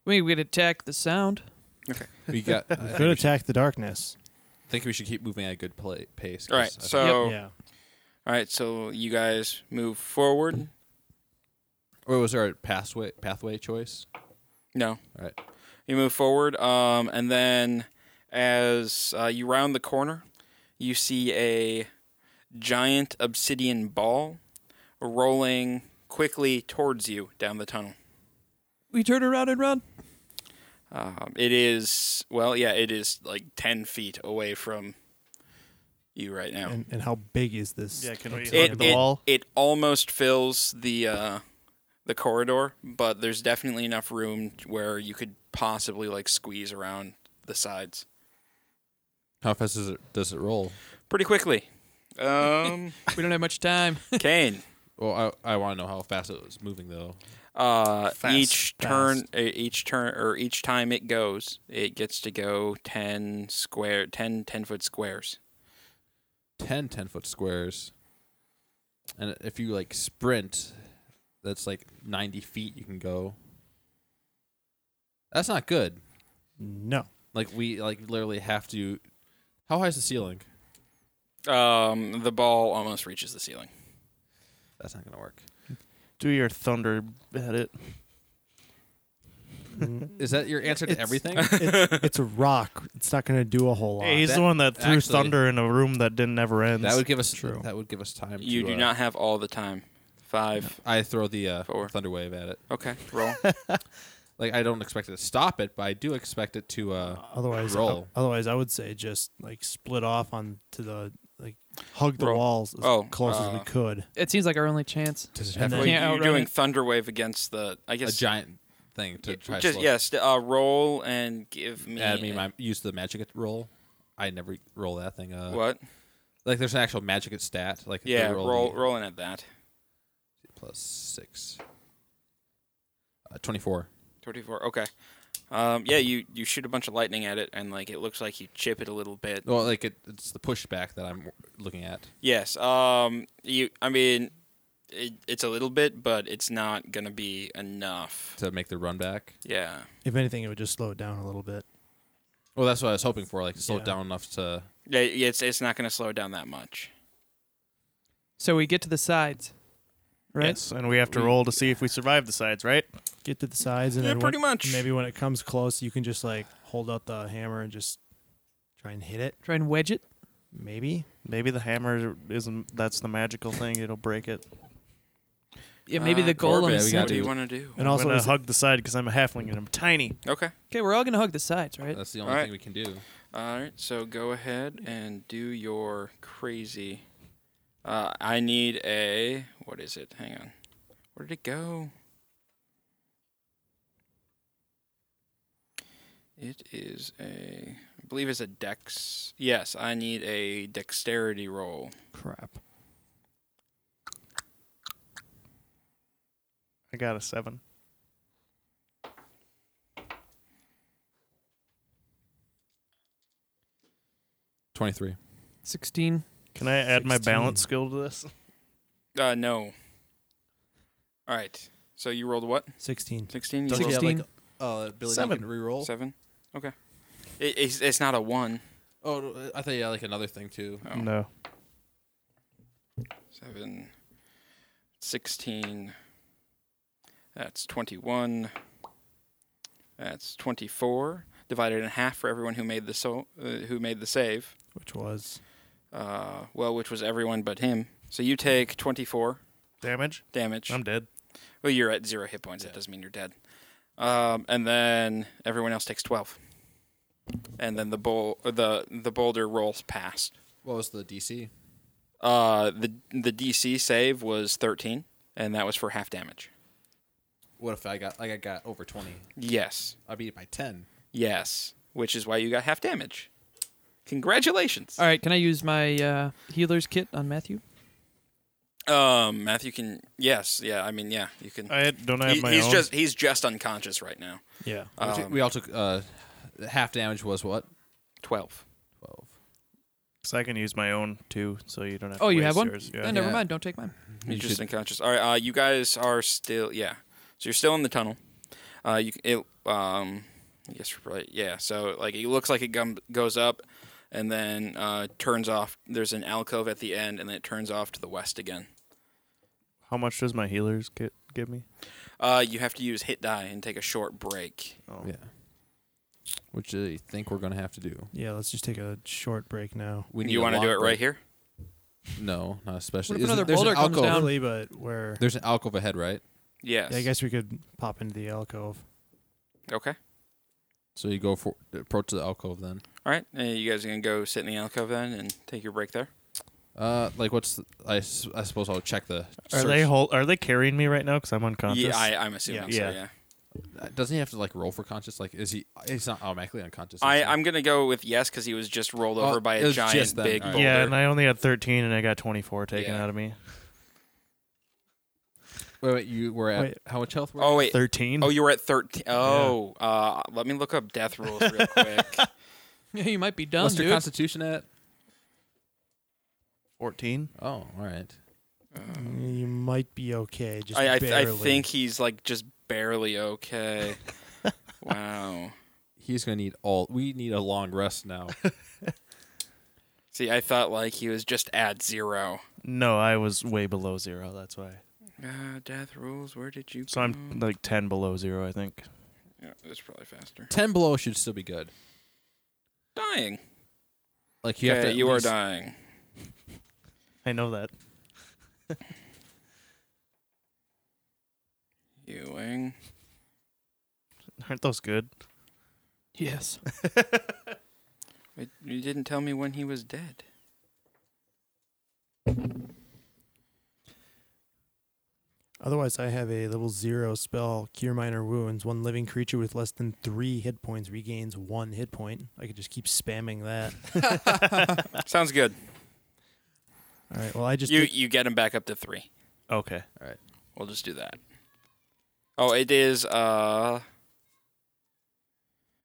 Speaker 5: We would attack the sound.
Speaker 3: [laughs]
Speaker 4: [laughs]
Speaker 3: We got. uh, I think
Speaker 6: We could
Speaker 3: we, should,
Speaker 6: attack the darkness.
Speaker 3: think we should keep moving at a good pla- pace. 'cause
Speaker 2: All right,
Speaker 3: I think-
Speaker 2: so
Speaker 6: Yeah.
Speaker 2: all right, so you guys move forward.
Speaker 3: Or was there a pathway pathway choice?
Speaker 2: No.
Speaker 3: All right.
Speaker 2: You move forward, um, and then as uh, you round the corner, you see a giant obsidian ball rolling quickly towards you down the tunnel.
Speaker 5: We turn around and run.
Speaker 2: Um, it is well, yeah, it is like ten feet away from you right now.
Speaker 6: And, and how big is this?
Speaker 4: Yeah, can we
Speaker 6: It-
Speaker 4: look at the
Speaker 2: it-
Speaker 4: wall?
Speaker 2: It almost fills the uh, the corridor, but there's definitely enough room where you could possibly like squeeze around the sides
Speaker 3: How fast does it does it roll?
Speaker 2: pretty quickly. Um,
Speaker 5: We don't have much time.
Speaker 2: [laughs]
Speaker 5: [laughs]
Speaker 2: Kane,
Speaker 3: Well, I, I want to know how fast it was moving though.
Speaker 2: uh,
Speaker 6: Fast,
Speaker 2: each turn, uh, each turn, or each time it goes, it gets to go ten square, 10, 10 foot squares.
Speaker 3: 10 10 foot squares. And if you like sprint, that's like 90 feet you can go. That's not good.
Speaker 6: No.
Speaker 3: Like we like literally have to How high is the ceiling?
Speaker 2: Um, the ball almost reaches the ceiling.
Speaker 3: That's not going to work.
Speaker 4: Do your thunder at
Speaker 3: [laughs]
Speaker 4: it.
Speaker 6: Mm,
Speaker 3: Is that your answer to
Speaker 6: It's-
Speaker 3: everything?
Speaker 6: [laughs] it's, it's a rock. It's not going to do a whole lot.
Speaker 4: Hey, he's
Speaker 3: That-
Speaker 4: the one that threw
Speaker 3: actually-
Speaker 4: thunder in a room that didn't ever end.
Speaker 3: that would give us
Speaker 6: True.
Speaker 3: that would give us time
Speaker 2: You
Speaker 3: to,
Speaker 2: do
Speaker 3: uh,
Speaker 2: not have all the time. Five.
Speaker 3: I throw the uh,
Speaker 2: Four.
Speaker 3: [laughs] thunder wave at it.
Speaker 2: Okay, roll.
Speaker 3: Like I don't expect it to stop it, but I do expect it to. Uh,
Speaker 6: Otherwise, oh,
Speaker 3: Roll.
Speaker 6: otherwise I would say just like split off on to the like hug the
Speaker 2: Roll.
Speaker 6: walls as
Speaker 2: Oh,
Speaker 6: close as we
Speaker 2: uh,
Speaker 6: could.
Speaker 5: It seems like our only chance.
Speaker 3: does it
Speaker 6: And
Speaker 3: have
Speaker 6: then-
Speaker 2: Well,
Speaker 3: to be
Speaker 5: Can't
Speaker 2: you're
Speaker 5: outrun
Speaker 2: doing
Speaker 5: it.
Speaker 2: Thunderwave against the. I
Speaker 3: a
Speaker 2: guess
Speaker 3: giant thing to try? to
Speaker 2: just
Speaker 3: slow-
Speaker 2: yes. Uh, roll and give me. uh,
Speaker 3: Add me my use the magic roll. I never roll that thing. Uh,
Speaker 2: what?
Speaker 3: Like there's an actual magic stat. Like they
Speaker 2: Yeah,
Speaker 3: roll,
Speaker 2: roll
Speaker 3: the
Speaker 2: rolling at that.
Speaker 3: plus six. Uh, Twenty-four.
Speaker 2: 34. Okay. Um, yeah, you, you shoot a bunch of lightning at it, and like it looks like you chip it a little bit.
Speaker 3: Well, like it, it's the pushback that I'm looking at.
Speaker 2: Yes. Um, you. I mean, it, it's a little bit, but it's not gonna be enough.
Speaker 3: to make the run back.
Speaker 2: Yeah.
Speaker 6: If anything, it would just slow it down a little bit.
Speaker 3: Well, that's what I was hoping for, like to slow
Speaker 6: Yeah.
Speaker 3: it down enough to.
Speaker 2: Yeah, It's it's not gonna slow it down that much.
Speaker 5: So we get to the sides, right?
Speaker 4: Yes, and we have to roll to see
Speaker 3: [laughs]
Speaker 4: if we survive the sides, right?
Speaker 6: Get to the sides and
Speaker 2: Yeah,
Speaker 6: then
Speaker 2: pretty
Speaker 6: when-
Speaker 2: much.
Speaker 6: Maybe when it comes close, you can just like hold out the hammer and just try and hit it.
Speaker 5: Try and wedge it.
Speaker 6: Maybe
Speaker 4: Maybe the hammer isn't. That's the magical thing. It'll break it.
Speaker 5: Yeah, maybe
Speaker 2: Uh,
Speaker 5: the golem
Speaker 2: Corbin,
Speaker 5: is
Speaker 3: Ah, we gotta
Speaker 2: What
Speaker 5: centered.
Speaker 2: do you want to do?
Speaker 6: And
Speaker 4: I'm
Speaker 6: also,
Speaker 4: gonna
Speaker 6: is it-
Speaker 4: hug the side because I'm a halfling and I'm tiny.
Speaker 2: Okay.
Speaker 5: Okay, we're all gonna hug the sides, right?
Speaker 3: That's the only
Speaker 2: Alright.
Speaker 3: thing we can do.
Speaker 2: All right. So go ahead and do your crazy. Uh, I need a. What is it? Hang on. Where did it go? It is a. I believe it's a dex. Yes, I need a dexterity roll.
Speaker 6: crap.
Speaker 4: I got a seven.
Speaker 3: Twenty-three.
Speaker 5: Sixteen.
Speaker 4: Can I add my
Speaker 6: 16.
Speaker 4: balance skill to this?
Speaker 2: Uh, no. All right. So you rolled what?
Speaker 6: 16.
Speaker 2: 16? You
Speaker 5: Does
Speaker 2: rolled
Speaker 5: he have, like, 16.
Speaker 3: uh, ability
Speaker 4: Seven.
Speaker 3: can reroll.
Speaker 2: seven? Okay. It, it's, it's not a one.
Speaker 3: Oh, no, I thought yeah, like another thing too.
Speaker 2: Oh.
Speaker 4: No.
Speaker 2: Seven, sixteen. That's 21. That's 24. Divided in half for everyone who made the so, uh, who made the save.
Speaker 6: Which was
Speaker 2: Uh, well, which was everyone but him. So you take 24
Speaker 4: Damage?
Speaker 2: damage.
Speaker 4: I'm dead.
Speaker 2: well, you're at zero hit points. That doesn't mean you're dead. Um, and then everyone else takes 12. And then the bowl, or the the boulder rolls past.
Speaker 3: What was the DC?
Speaker 2: Uh, the the DC save was 13, and that was for half damage.
Speaker 3: What if I got like I got over twenty?
Speaker 2: Yes.
Speaker 3: I beat it by ten.
Speaker 2: Yes. Which is why you got half damage. Congratulations.
Speaker 5: All right, can I use my uh, healer's kit on Matthew?
Speaker 2: Um, Matthew can. Yes. Yeah. I mean, yeah. You can.
Speaker 4: I had- don't I have
Speaker 2: He-
Speaker 4: my
Speaker 2: he's
Speaker 4: own?
Speaker 2: just he's just unconscious right now.
Speaker 6: yeah.
Speaker 3: Which-
Speaker 2: Um,
Speaker 3: we all took uh, half damage was what?
Speaker 2: Twelve.
Speaker 3: Twelve.
Speaker 4: 'Cause I can use my own too, so you don't have.
Speaker 5: Oh,
Speaker 4: to
Speaker 5: you
Speaker 4: waste
Speaker 5: have one?
Speaker 4: yours.
Speaker 5: No,
Speaker 4: Yeah.
Speaker 5: never
Speaker 3: Yeah.
Speaker 5: mind. Don't take mine. [laughs]
Speaker 2: He's
Speaker 3: You
Speaker 2: just
Speaker 3: should-
Speaker 2: unconscious. All right. Uh, you guys are still. Yeah. So you're still in the tunnel. Uh, you it um, I guess you're right. Yeah. So like it looks like it gum, goes up, and then uh turns off. There's an alcove at the end, and then it turns off to the west again.
Speaker 4: How much does my healers get give me?
Speaker 2: Uh, you have to use hit die and take a short break.
Speaker 4: Oh.
Speaker 3: Yeah. Which I think we're gonna have to do.
Speaker 6: Yeah, let's just take a short break now.
Speaker 3: We
Speaker 2: you want to do it right
Speaker 3: here?
Speaker 2: here?
Speaker 3: No, not especially.
Speaker 5: What if another
Speaker 3: Isn't- there's an
Speaker 5: boulder comes
Speaker 3: alcove-
Speaker 5: down?
Speaker 6: Really, but where
Speaker 3: There's an alcove ahead, right?
Speaker 2: Yes.
Speaker 6: yeah, I guess we could pop into the alcove.
Speaker 2: Okay.
Speaker 3: So you go for approach the alcove then.
Speaker 2: All right. Uh, you guys are gonna go sit in the alcove then and take your break there.
Speaker 3: Uh, like what's the, I, s- I suppose I'll check the.
Speaker 4: Are
Speaker 3: search.
Speaker 4: they hol- Are they carrying me right now? Because I'm unconscious.
Speaker 2: Yeah, I, I'm assuming.
Speaker 4: Yeah.
Speaker 2: So,
Speaker 4: Yeah.
Speaker 2: yeah.
Speaker 3: Uh, Doesn't he have to like roll for conscious? Like is he? He's not automatically unconscious. is
Speaker 2: I
Speaker 3: he?
Speaker 2: I'm gonna go with yes because he was just rolled
Speaker 3: Oh,
Speaker 2: over by
Speaker 3: it
Speaker 2: a
Speaker 3: was just
Speaker 2: giant
Speaker 3: then.
Speaker 2: big
Speaker 3: All right.
Speaker 2: boulder.
Speaker 4: Yeah, and I only had 13 and I got 24 taken
Speaker 2: Yeah.
Speaker 4: out of me.
Speaker 3: Wait, wait, you were at
Speaker 6: Wait.
Speaker 3: how much health? Were you?
Speaker 2: oh wait.
Speaker 4: 13?
Speaker 2: Oh, you were at thirteen. Oh, uh, let me look up death rules
Speaker 3: [laughs]
Speaker 2: real quick.
Speaker 4: [laughs]
Speaker 5: Yeah, you might be done,
Speaker 3: What's
Speaker 5: dude.
Speaker 3: your constitution at?
Speaker 4: 14?
Speaker 3: Oh, all right. Mm.
Speaker 6: You might be okay. Just
Speaker 2: I I, th- I
Speaker 6: barely.
Speaker 2: think he's like just barely
Speaker 3: [laughs]
Speaker 2: okay. wow.
Speaker 3: He's gonna need all. We need a long rest now. [laughs]
Speaker 2: See, I thought like he was just at zero.
Speaker 4: No, I was way below zero. That's why.
Speaker 2: Uh, death rules. Where did you?
Speaker 4: So I'm
Speaker 2: go?
Speaker 4: like 10 below zero, I think.
Speaker 2: Yeah, that's probably faster.
Speaker 3: Ten below should still be good.
Speaker 2: Dying.
Speaker 3: Like you
Speaker 2: Yeah,
Speaker 3: have to. at
Speaker 2: you are
Speaker 3: least-
Speaker 2: dying.
Speaker 4: I know that.
Speaker 2: Ewing.
Speaker 4: Aren't
Speaker 2: [laughs]
Speaker 4: those good? [laughs]
Speaker 5: Yes.
Speaker 2: It, you didn't tell me when he was [laughs] dead.
Speaker 6: Otherwise, I have a level zero spell, Cure Minor Wounds. One living creature with less than three hit points regains one hit point. I could just keep spamming that.
Speaker 2: Sounds good.
Speaker 6: All right. Well, I just
Speaker 2: You
Speaker 6: did-
Speaker 2: you get him back up to three.
Speaker 4: Okay.
Speaker 2: We'll just do that. Oh, it is. uh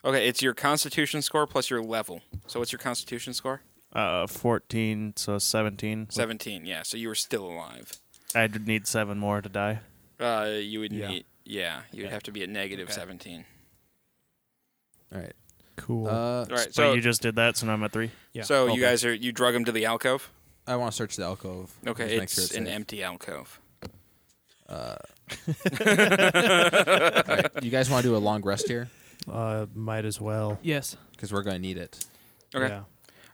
Speaker 2: Okay, it's your Constitution score plus your level. So what's your Constitution score?
Speaker 4: Uh, 14, so 17.
Speaker 2: Seventeen. Yeah. So you were still alive.
Speaker 4: I'd need seven more to die.
Speaker 2: Uh, you would
Speaker 3: Yeah.
Speaker 2: need. Yeah, you'd
Speaker 4: Okay.
Speaker 2: have to be at negative
Speaker 3: Okay.
Speaker 2: seventeen.
Speaker 3: All right.
Speaker 6: cool.
Speaker 3: Uh,
Speaker 2: All right.
Speaker 4: So
Speaker 2: So
Speaker 4: you just did that, so now I'm at three.
Speaker 6: yeah.
Speaker 2: so
Speaker 3: okay.
Speaker 2: you guys are you drug him to the alcove?
Speaker 3: I want to search the alcove. Just
Speaker 2: Okay,
Speaker 3: make
Speaker 2: it's
Speaker 3: sure
Speaker 2: an
Speaker 3: safe.
Speaker 2: empty alcove. [laughs]
Speaker 3: Uh, all [laughs] right, You guys want to do a long rest here
Speaker 6: uh, might as well.
Speaker 5: Yes.
Speaker 3: because we're going to need it.
Speaker 2: Okay.
Speaker 6: Yeah.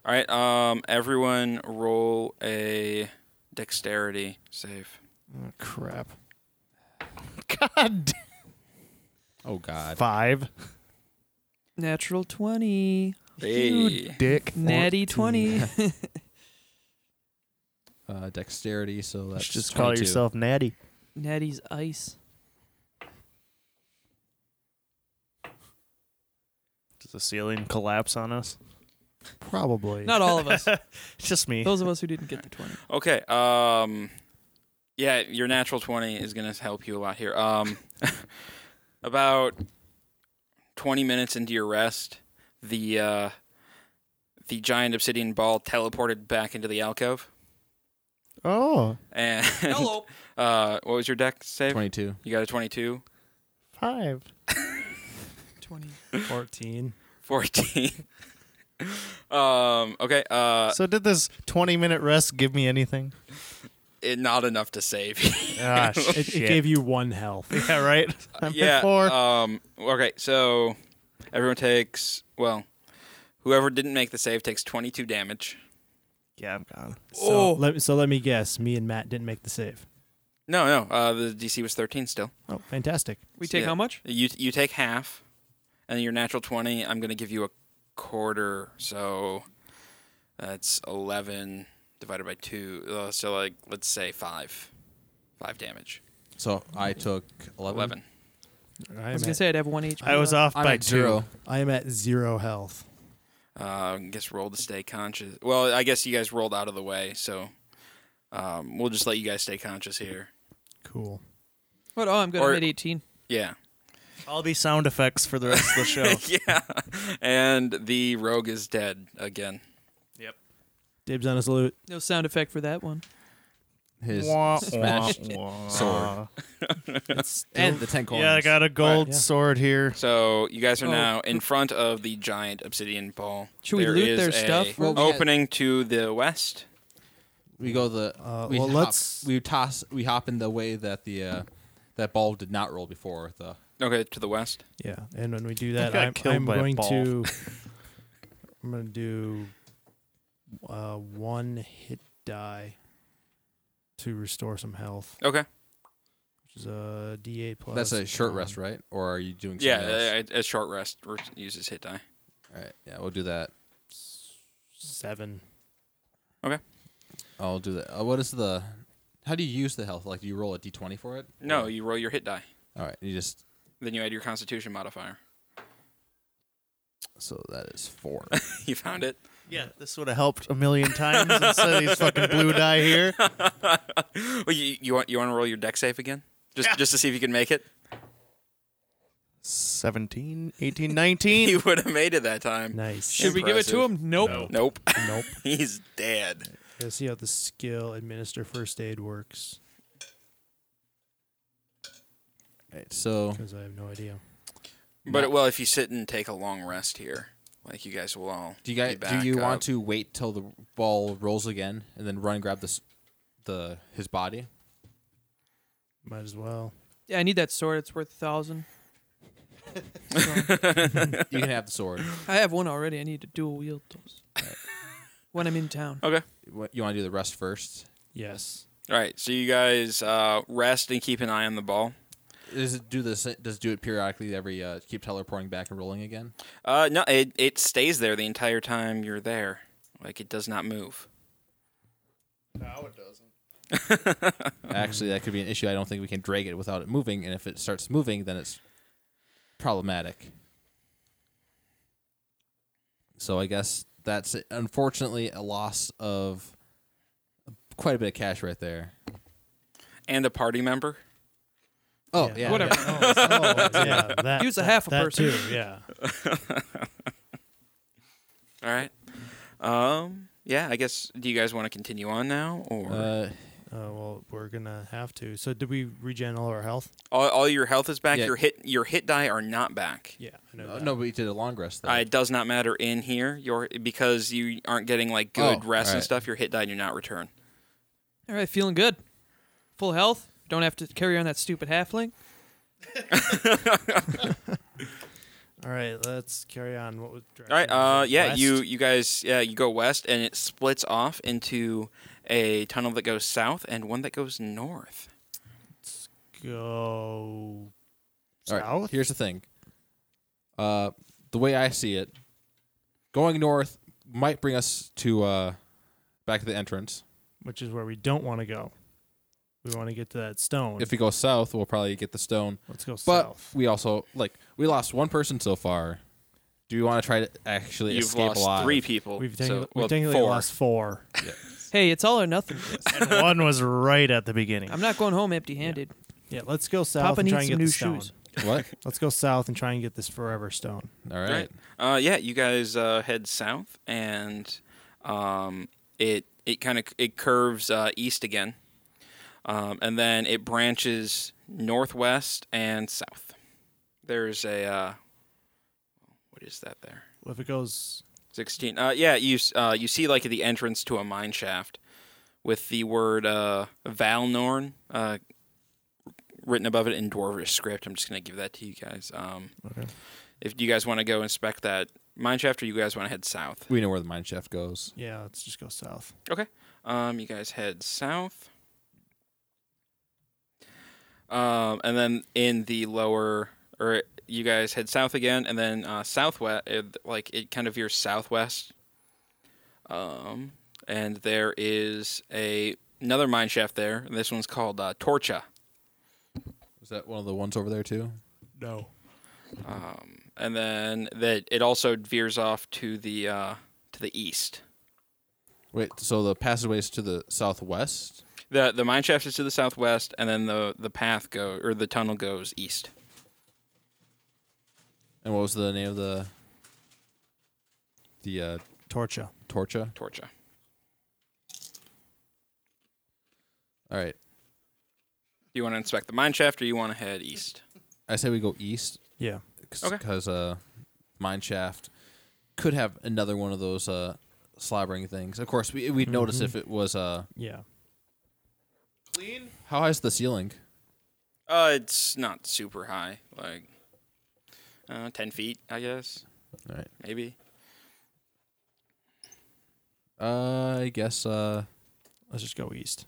Speaker 2: All right. Um, everyone, roll a dexterity save.
Speaker 6: Oh, crap.
Speaker 4: God.
Speaker 3: Oh God.
Speaker 4: Five.
Speaker 5: Natural 20.
Speaker 2: Hey.
Speaker 4: Dick.
Speaker 5: Natty 20.
Speaker 3: Uh, dexterity. So that's
Speaker 4: [laughs] just call
Speaker 3: 22.
Speaker 4: yourself Natty.
Speaker 5: [laughs] Natty's ice.
Speaker 4: Does the ceiling collapse on us?
Speaker 6: Probably.
Speaker 5: Not all of [laughs] us.
Speaker 4: It's [laughs] just me.
Speaker 5: Those of us who didn't get the 20.
Speaker 2: Okay. Um, yeah, your natural twenty is gonna help you a lot here. Um, [laughs] about twenty minutes into your rest, the uh, the giant obsidian ball teleported back into the alcove.
Speaker 4: Oh,
Speaker 2: And [laughs] uh, what was your deck save?
Speaker 3: Twenty-two.
Speaker 2: You got a 22,
Speaker 4: five.
Speaker 5: 20.
Speaker 6: 14.
Speaker 2: 14. [laughs] um, okay, uh,
Speaker 4: so did this 20 minute rest give me anything?
Speaker 2: it, not enough to save. [laughs]
Speaker 4: Ah,
Speaker 6: It, it
Speaker 4: shit.
Speaker 6: gave you one health.
Speaker 4: [laughs] yeah, right? I'm at
Speaker 2: yeah.
Speaker 4: four.
Speaker 2: Um, okay, so everyone takes well, whoever didn't make the save takes 22 damage.
Speaker 4: yeah, I'm gone.
Speaker 6: So, let, so let me guess. Me and Matt didn't make the save.
Speaker 2: No, no, uh, the DC was 13 still.
Speaker 6: Oh, fantastic.
Speaker 5: We take
Speaker 2: Yeah.
Speaker 5: how much?
Speaker 2: You you take half, and your natural 20. I'm gonna give you a quarter, so that's 11 divided by two. Uh, so like let's say five, five damage.
Speaker 3: So I took 11.
Speaker 2: 11.
Speaker 6: I
Speaker 5: I
Speaker 6: am,
Speaker 5: was gonna
Speaker 6: at,
Speaker 5: say I'd have one HP.
Speaker 4: I was
Speaker 5: left.
Speaker 4: off
Speaker 3: I'm
Speaker 4: by
Speaker 3: at zero.
Speaker 4: two.
Speaker 6: I am at zero health.
Speaker 2: Uh, I guess roll to stay conscious. Well, I guess you guys rolled out of the way, so um, we'll just let you guys stay conscious here.
Speaker 6: Cool.
Speaker 5: What? Oh, I'm good.
Speaker 2: Or-
Speaker 5: I'm at 18.
Speaker 2: Yeah,
Speaker 4: All these sound effects for the rest of the show.
Speaker 2: yeah. And the rogue is dead again.
Speaker 6: Dibs on his loot.
Speaker 5: No sound effect for that one.
Speaker 3: His
Speaker 4: Wah,
Speaker 3: smashed
Speaker 4: wah, wah.
Speaker 3: sword.
Speaker 6: It's
Speaker 3: [laughs] and the ten coins.
Speaker 4: Yeah, I got a gold
Speaker 6: yeah.
Speaker 4: sword here.
Speaker 2: So you guys are
Speaker 5: Oh.
Speaker 2: now in front of the giant obsidian ball.
Speaker 5: Should we
Speaker 2: There
Speaker 5: loot
Speaker 2: is
Speaker 5: their
Speaker 2: a
Speaker 5: stuff?
Speaker 3: Well, we had-
Speaker 2: opening to the west.
Speaker 3: We go the.
Speaker 6: Uh,
Speaker 3: we
Speaker 6: well,
Speaker 3: hop,
Speaker 6: let's-
Speaker 3: We toss. We hop in the way that the uh, that ball did not roll before. The
Speaker 2: Okay, to the west.
Speaker 6: Yeah, and when we do
Speaker 4: I
Speaker 6: that,
Speaker 4: got
Speaker 6: I'm,
Speaker 4: killed
Speaker 6: I'm
Speaker 4: by a
Speaker 6: going
Speaker 4: ball.
Speaker 6: to. I'm going to do uh, one hit die to restore some health,
Speaker 2: Okay.
Speaker 6: which is a D8 plus.
Speaker 3: that's a short
Speaker 6: um,
Speaker 3: rest, right? Or are you doing?
Speaker 2: Yeah,
Speaker 3: something else?
Speaker 2: a, a- a short rest re- uses hit die.
Speaker 3: All right. Yeah, we'll do that.
Speaker 6: um, Seven.
Speaker 3: I'll do that. Uh, what is the? How do you use the health? Like, do you roll a d20 for it?
Speaker 2: No,
Speaker 3: Or-
Speaker 2: you roll your hit die.
Speaker 3: All right. You just.
Speaker 2: Then you add your Constitution modifier. [laughs]
Speaker 3: So that is
Speaker 2: [laughs]
Speaker 3: four.
Speaker 2: you found it.
Speaker 4: Yeah, this would have helped a million times instead of these fucking blue die here.
Speaker 2: Well, you, you want you want to roll your deck safe again, just just to see if you can make it. [laughs]
Speaker 4: 17, 18,
Speaker 5: [laughs]
Speaker 4: 19.
Speaker 2: You would have made it that time.
Speaker 6: Nice.
Speaker 5: Should we give it to
Speaker 2: Impressive.
Speaker 5: him? Nope.
Speaker 2: Nope, [laughs]
Speaker 6: Nope.
Speaker 2: he's dead.
Speaker 6: Gotta see how the skill administer first aid works
Speaker 3: All right. So
Speaker 6: because I have no idea.
Speaker 2: But well, if you sit and take a long rest here, like you guys will all.
Speaker 3: do you guys?
Speaker 2: be
Speaker 3: Do
Speaker 2: back
Speaker 3: you want
Speaker 2: up.
Speaker 3: to wait till the ball rolls again and then run and grab this, the his body?
Speaker 6: Might as well.
Speaker 5: Yeah, I need that sword. It's worth a thousand.
Speaker 3: You can have the
Speaker 2: [laughs]
Speaker 3: sword.
Speaker 5: I have one already. I need to dual wield those when I'm in town.
Speaker 3: What- You want to do the rest first?
Speaker 6: Yes.
Speaker 2: All right, so you guys uh, rest and keep an eye on the ball.
Speaker 3: Does it do this? Does it do it periodically? Every uh, keep teleporting back and rolling again.
Speaker 2: Uh, no, it it stays there the entire time you're there. Like it does not move.
Speaker 3: Actually, that could be an issue. I don't think we can drag it without it moving. And if it starts moving, then it's problematic. So I guess that's unfortunately a loss of quite a bit of cash right there.
Speaker 2: And a party member.
Speaker 3: Oh
Speaker 6: Yeah.
Speaker 3: yeah,
Speaker 5: Whatever.
Speaker 3: yeah.
Speaker 6: Oh, oh, yeah, that,
Speaker 5: Use a
Speaker 6: that-
Speaker 5: half a
Speaker 6: that
Speaker 5: person. [laughs]
Speaker 6: Too, yeah.
Speaker 2: All right. Um. Yeah. I guess. Do you guys want to continue on now, or
Speaker 3: Uh,
Speaker 6: Uh, well, we're gonna have to. So, did we regen all of our health?
Speaker 2: all, all your health is back?
Speaker 3: yeah.
Speaker 2: Your hit your hit die are not back.
Speaker 6: Yeah, I know.
Speaker 3: no,
Speaker 6: that.
Speaker 3: Uh, no, we did a long rest. Though.
Speaker 2: Uh, it does not matter in here. Your because you aren't getting like good
Speaker 3: Oh,
Speaker 2: rest and
Speaker 3: alright.
Speaker 2: stuff. Your hit die do not return.
Speaker 5: All right, feeling good. Full health. Don't have to carry on that stupid halfling.
Speaker 6: All right, let's carry on. What was
Speaker 2: All right.
Speaker 6: direction was
Speaker 2: Uh,
Speaker 6: it?
Speaker 2: yeah,
Speaker 6: West?
Speaker 2: you you guys, yeah, you go west, and it splits off into a tunnel that goes south and one that goes north.
Speaker 6: go
Speaker 3: All right,
Speaker 6: south.
Speaker 3: Here's the thing. Uh, the way I see it, going north might bring us to uh, back to the entrance.
Speaker 6: which is where we don't want to go. We want to get to that stone.
Speaker 3: If we go south, we'll probably get the stone.
Speaker 6: Let's go
Speaker 3: But
Speaker 6: south.
Speaker 3: we also like we lost one person so far. Do we want to try to actually
Speaker 2: You've
Speaker 3: escape
Speaker 2: lost
Speaker 3: alive?
Speaker 2: three people.
Speaker 6: We've
Speaker 2: so-
Speaker 6: technically,
Speaker 2: well,
Speaker 6: we've technically
Speaker 2: four.
Speaker 6: lost four.
Speaker 5: Hey, it's all or nothing.
Speaker 4: And one was right at
Speaker 5: [laughs]
Speaker 4: the beginning.
Speaker 5: I'm not going home empty-handed.
Speaker 6: Yeah, let's go south
Speaker 5: Papa
Speaker 6: and try
Speaker 5: needs
Speaker 6: and get the
Speaker 5: some new
Speaker 6: stone.
Speaker 5: shoes.
Speaker 2: [laughs]
Speaker 3: What?
Speaker 6: Let's go south and try and get this forever stone.
Speaker 3: All right.
Speaker 2: Right. Uh, yeah, you guys uh, head south, and um, it it kind of it curves uh, east again, um, and then it branches northwest and south. There's a uh, what is that there?
Speaker 6: Well, if it goes,
Speaker 2: 16 uh yeah you s- uh you see like at the entrance to a mine shaft with the word uh valnorn uh written above it in dwarvish script i'm just gonna give that to you guys um
Speaker 6: Okay.
Speaker 2: if you guys want to go inspect that mine shaft or you guys want to head south
Speaker 3: We know where the mine shaft goes.
Speaker 6: yeah, let's just go south.
Speaker 2: um you guys head south um and then in the lower or you guys head south again and then uh southwest it, like it kind of veers southwest Um, and there is a another mine shaft there. This one's called uh, Torcha.
Speaker 3: Is that one of the ones over there too?
Speaker 6: No.
Speaker 2: Um, and then that it also veers off to the uh, to the east.
Speaker 3: Wait. So the passageway is to the southwest.
Speaker 2: the The mine shaft is to the southwest, and then the the path go or the tunnel goes east.
Speaker 3: And what was the name of the the uh,
Speaker 6: Torcha.
Speaker 3: torcha?
Speaker 2: Torcha.
Speaker 3: All right.
Speaker 2: You want to inspect the mine shaft, or you want to head east?
Speaker 3: I say we go east
Speaker 6: Yeah.
Speaker 2: Okay.
Speaker 3: because uh, mine shaft could have another one of those uh, slobbering things. Of course, we we'd notice
Speaker 6: Mm-hmm.
Speaker 3: if it was uh,
Speaker 6: Yeah.
Speaker 3: how high's the ceiling?
Speaker 2: Uh, it's not super high, like uh, ten feet, I guess,
Speaker 3: All right.
Speaker 2: maybe.
Speaker 3: Uh, I guess uh,
Speaker 6: Let's just go east.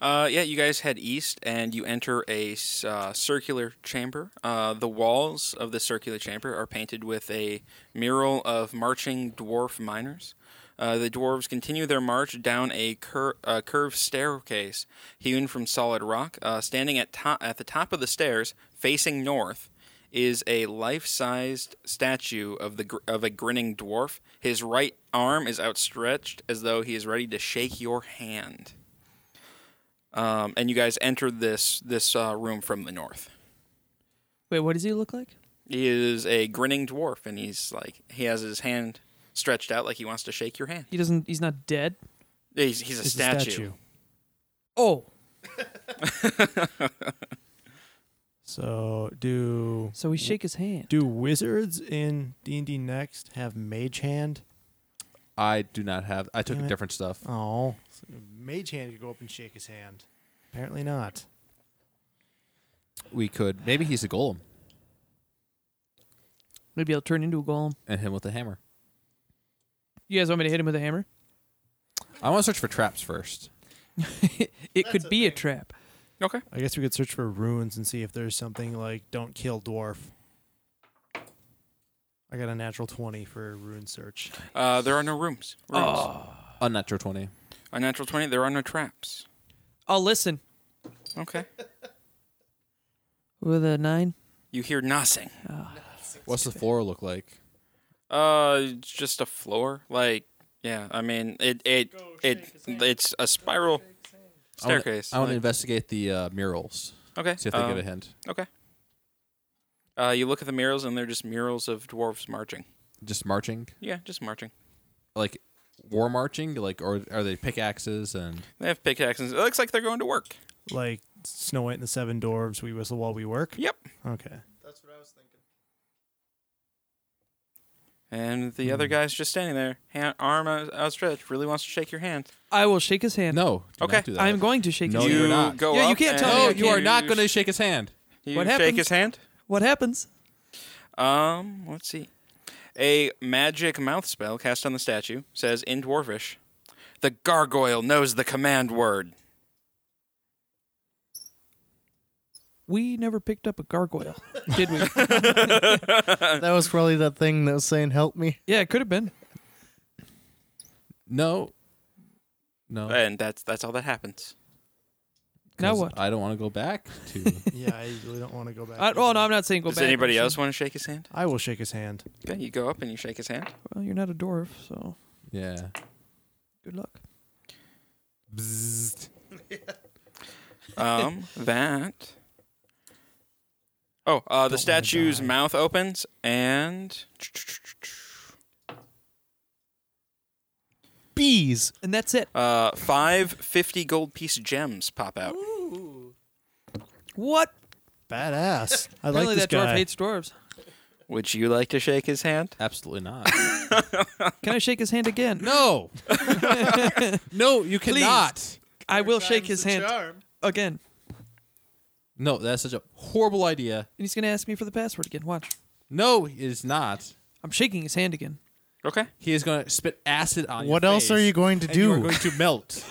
Speaker 2: Uh, yeah, you guys head east and you enter a s- uh, circular chamber. Uh, the walls of the circular chamber are painted with a mural of marching dwarf miners. Uh, the dwarves continue their march down a cur- uh, curved staircase hewn from solid rock. Uh, standing at, to- at the top of the stairs, facing north, is a life-sized statue of the gr- of a grinning dwarf. His right arm is outstretched as though he is ready to shake your hand um, and you guys entered this this uh, room from the north.
Speaker 5: Wait, what does he look like?
Speaker 2: He is a grinning dwarf, and he's like he has his hand stretched out like he wants to shake your hand.
Speaker 5: He doesn't. He's not dead.
Speaker 2: He's, he's a,
Speaker 6: It's
Speaker 2: statue.
Speaker 5: Oh,
Speaker 6: So do
Speaker 5: so we shake his hand.
Speaker 6: do wizards in D and D next have mage hand?
Speaker 3: I do not have. I took
Speaker 6: Damn it.
Speaker 3: different stuff.
Speaker 6: Oh, mage hand could go up and shake his hand. Apparently not.
Speaker 3: We could maybe he's a golem
Speaker 5: Maybe I'll turn into a golem.
Speaker 3: and him with a hammer.
Speaker 5: You guys want me to hit him with a hammer?
Speaker 3: I want to search for traps first.
Speaker 5: it could be a trap.
Speaker 2: Okay.
Speaker 6: I guess we could search for ruins and see if there's something like don't kill dwarf. I got a natural 20 for rune search.
Speaker 2: Uh, there are no rooms. rooms.
Speaker 3: Unnatural twenty.
Speaker 2: A natural 20, there are no traps.
Speaker 5: I'll listen.
Speaker 2: Okay.
Speaker 5: With a nine.
Speaker 2: You hear nothing.
Speaker 3: What's the floor look like?
Speaker 2: Uh, it's just a floor. Like, yeah. I mean, it it it it's a spiral
Speaker 3: I wanna-
Speaker 2: staircase.
Speaker 3: I want to
Speaker 2: like-
Speaker 3: investigate the uh, murals.
Speaker 2: okay.
Speaker 3: See if they
Speaker 2: um,
Speaker 3: give a hint.
Speaker 2: Okay. Uh, you look at the murals, and they're just murals of dwarves marching.
Speaker 3: Just marching,
Speaker 2: Yeah, just marching.
Speaker 3: like war marching, like or are they pickaxes and
Speaker 2: They have pickaxes. It looks like they're going to work.
Speaker 6: Like Snow White and the Seven Dwarves, we whistle while we work.
Speaker 2: Yep.
Speaker 6: Okay.
Speaker 2: And the
Speaker 3: Hmm.
Speaker 2: other guy's just standing there, hand, arm out- outstretched, really wants to shake your hand.
Speaker 5: I will shake his hand.
Speaker 3: no? do
Speaker 2: Okay,
Speaker 3: not do that.
Speaker 5: I'm going to shake
Speaker 3: No,
Speaker 5: his
Speaker 2: you
Speaker 3: you're
Speaker 5: hand.
Speaker 3: not.
Speaker 2: Go
Speaker 5: Yeah, you
Speaker 2: up
Speaker 5: can't tell
Speaker 2: and
Speaker 5: me
Speaker 3: No,
Speaker 5: I
Speaker 3: you are not
Speaker 2: sh-
Speaker 3: going to shake his hand.
Speaker 2: You
Speaker 5: What
Speaker 2: shake
Speaker 5: happens?
Speaker 2: his hand.
Speaker 5: What happens?
Speaker 2: Um, let's see. A magic mouth spell cast on the statue says in Dwarvish, "The gargoyle knows the
Speaker 5: [laughs]
Speaker 2: command word."
Speaker 5: We never picked up a gargoyle, [laughs] did we?
Speaker 4: That was probably that thing that was saying "help me."
Speaker 5: yeah, it could have been.
Speaker 3: No, no.
Speaker 2: And that's that's all that happens.
Speaker 3: 'cause
Speaker 5: Now what?
Speaker 3: I don't want to go back [laughs] to.
Speaker 6: Yeah, I really don't want to go
Speaker 5: [laughs]
Speaker 6: back.
Speaker 5: I, oh no, I'm not saying go
Speaker 2: Does
Speaker 5: back.
Speaker 2: anybody
Speaker 5: I'm
Speaker 2: else
Speaker 5: saying-
Speaker 2: want to shake his hand?
Speaker 6: I will shake his hand.
Speaker 2: Okay, you go up and you shake his hand.
Speaker 5: Well, you're not a dwarf, so
Speaker 3: yeah.
Speaker 5: good luck.
Speaker 3: Bzzzt.
Speaker 2: [laughs] Um, that. Oh, uh, the statue's mouth opens and
Speaker 4: Bees.
Speaker 5: And that's it.
Speaker 2: uh, five fifty gold piece gems pop out.
Speaker 5: What?
Speaker 6: Badass. I like
Speaker 5: Apparently
Speaker 6: this
Speaker 5: that dwarf
Speaker 6: guy.
Speaker 5: hates dwarves.
Speaker 2: [gasps] Would you like to shake his hand?
Speaker 3: Absolutely not.
Speaker 5: Can I shake his hand again?
Speaker 3: [laughs] no. [laughs] no, you cannot.
Speaker 5: I will shake his hand again. And
Speaker 3: No, that's such a horrible idea.
Speaker 5: he's gonna ask me for the password again. Watch.
Speaker 3: No, it is not.
Speaker 5: I'm shaking his hand again.
Speaker 2: Okay.
Speaker 3: He is going to spit acid on
Speaker 4: What
Speaker 3: your
Speaker 4: else are
Speaker 3: face,
Speaker 4: you going to
Speaker 3: and You are
Speaker 4: do?
Speaker 3: going to
Speaker 4: [laughs]
Speaker 3: melt.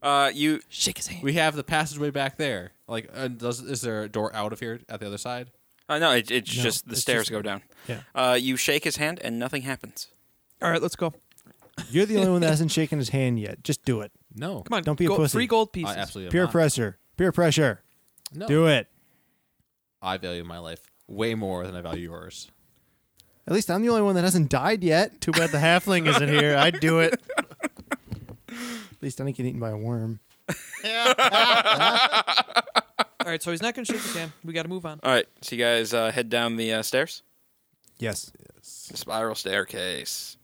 Speaker 2: Uh, you
Speaker 5: Shake his hand.
Speaker 3: We have the passageway back there. Like, uh, does is there a door out of here at the other side?
Speaker 2: Uh, no, it, it's
Speaker 6: No,
Speaker 2: just the
Speaker 6: it's
Speaker 2: stairs
Speaker 6: just-
Speaker 2: go down.
Speaker 6: yeah.
Speaker 2: Uh, you shake his hand and nothing happens.
Speaker 5: All right, let's go. Come
Speaker 6: You're the only [laughs] one that hasn't shaken his hand yet. Just do it.
Speaker 3: No.
Speaker 5: on.
Speaker 6: Don't be a
Speaker 5: go,
Speaker 6: pussy.
Speaker 5: Three gold pieces.
Speaker 3: I absolutely am
Speaker 6: Peer
Speaker 3: not.
Speaker 6: pressure. Peer pressure.
Speaker 3: No.
Speaker 6: Do it.
Speaker 3: I value my life way more than I value yours.
Speaker 6: At least I'm the only one that hasn't died yet.
Speaker 4: Too bad the halfling isn't here. I'd do it.
Speaker 6: At least I didn't get eaten by a worm.
Speaker 5: All right, so he's not gonna shake his hand. We got to move on.
Speaker 2: All right, so you guys uh, head down the uh, stairs,
Speaker 6: Yes.
Speaker 2: the spiral staircase.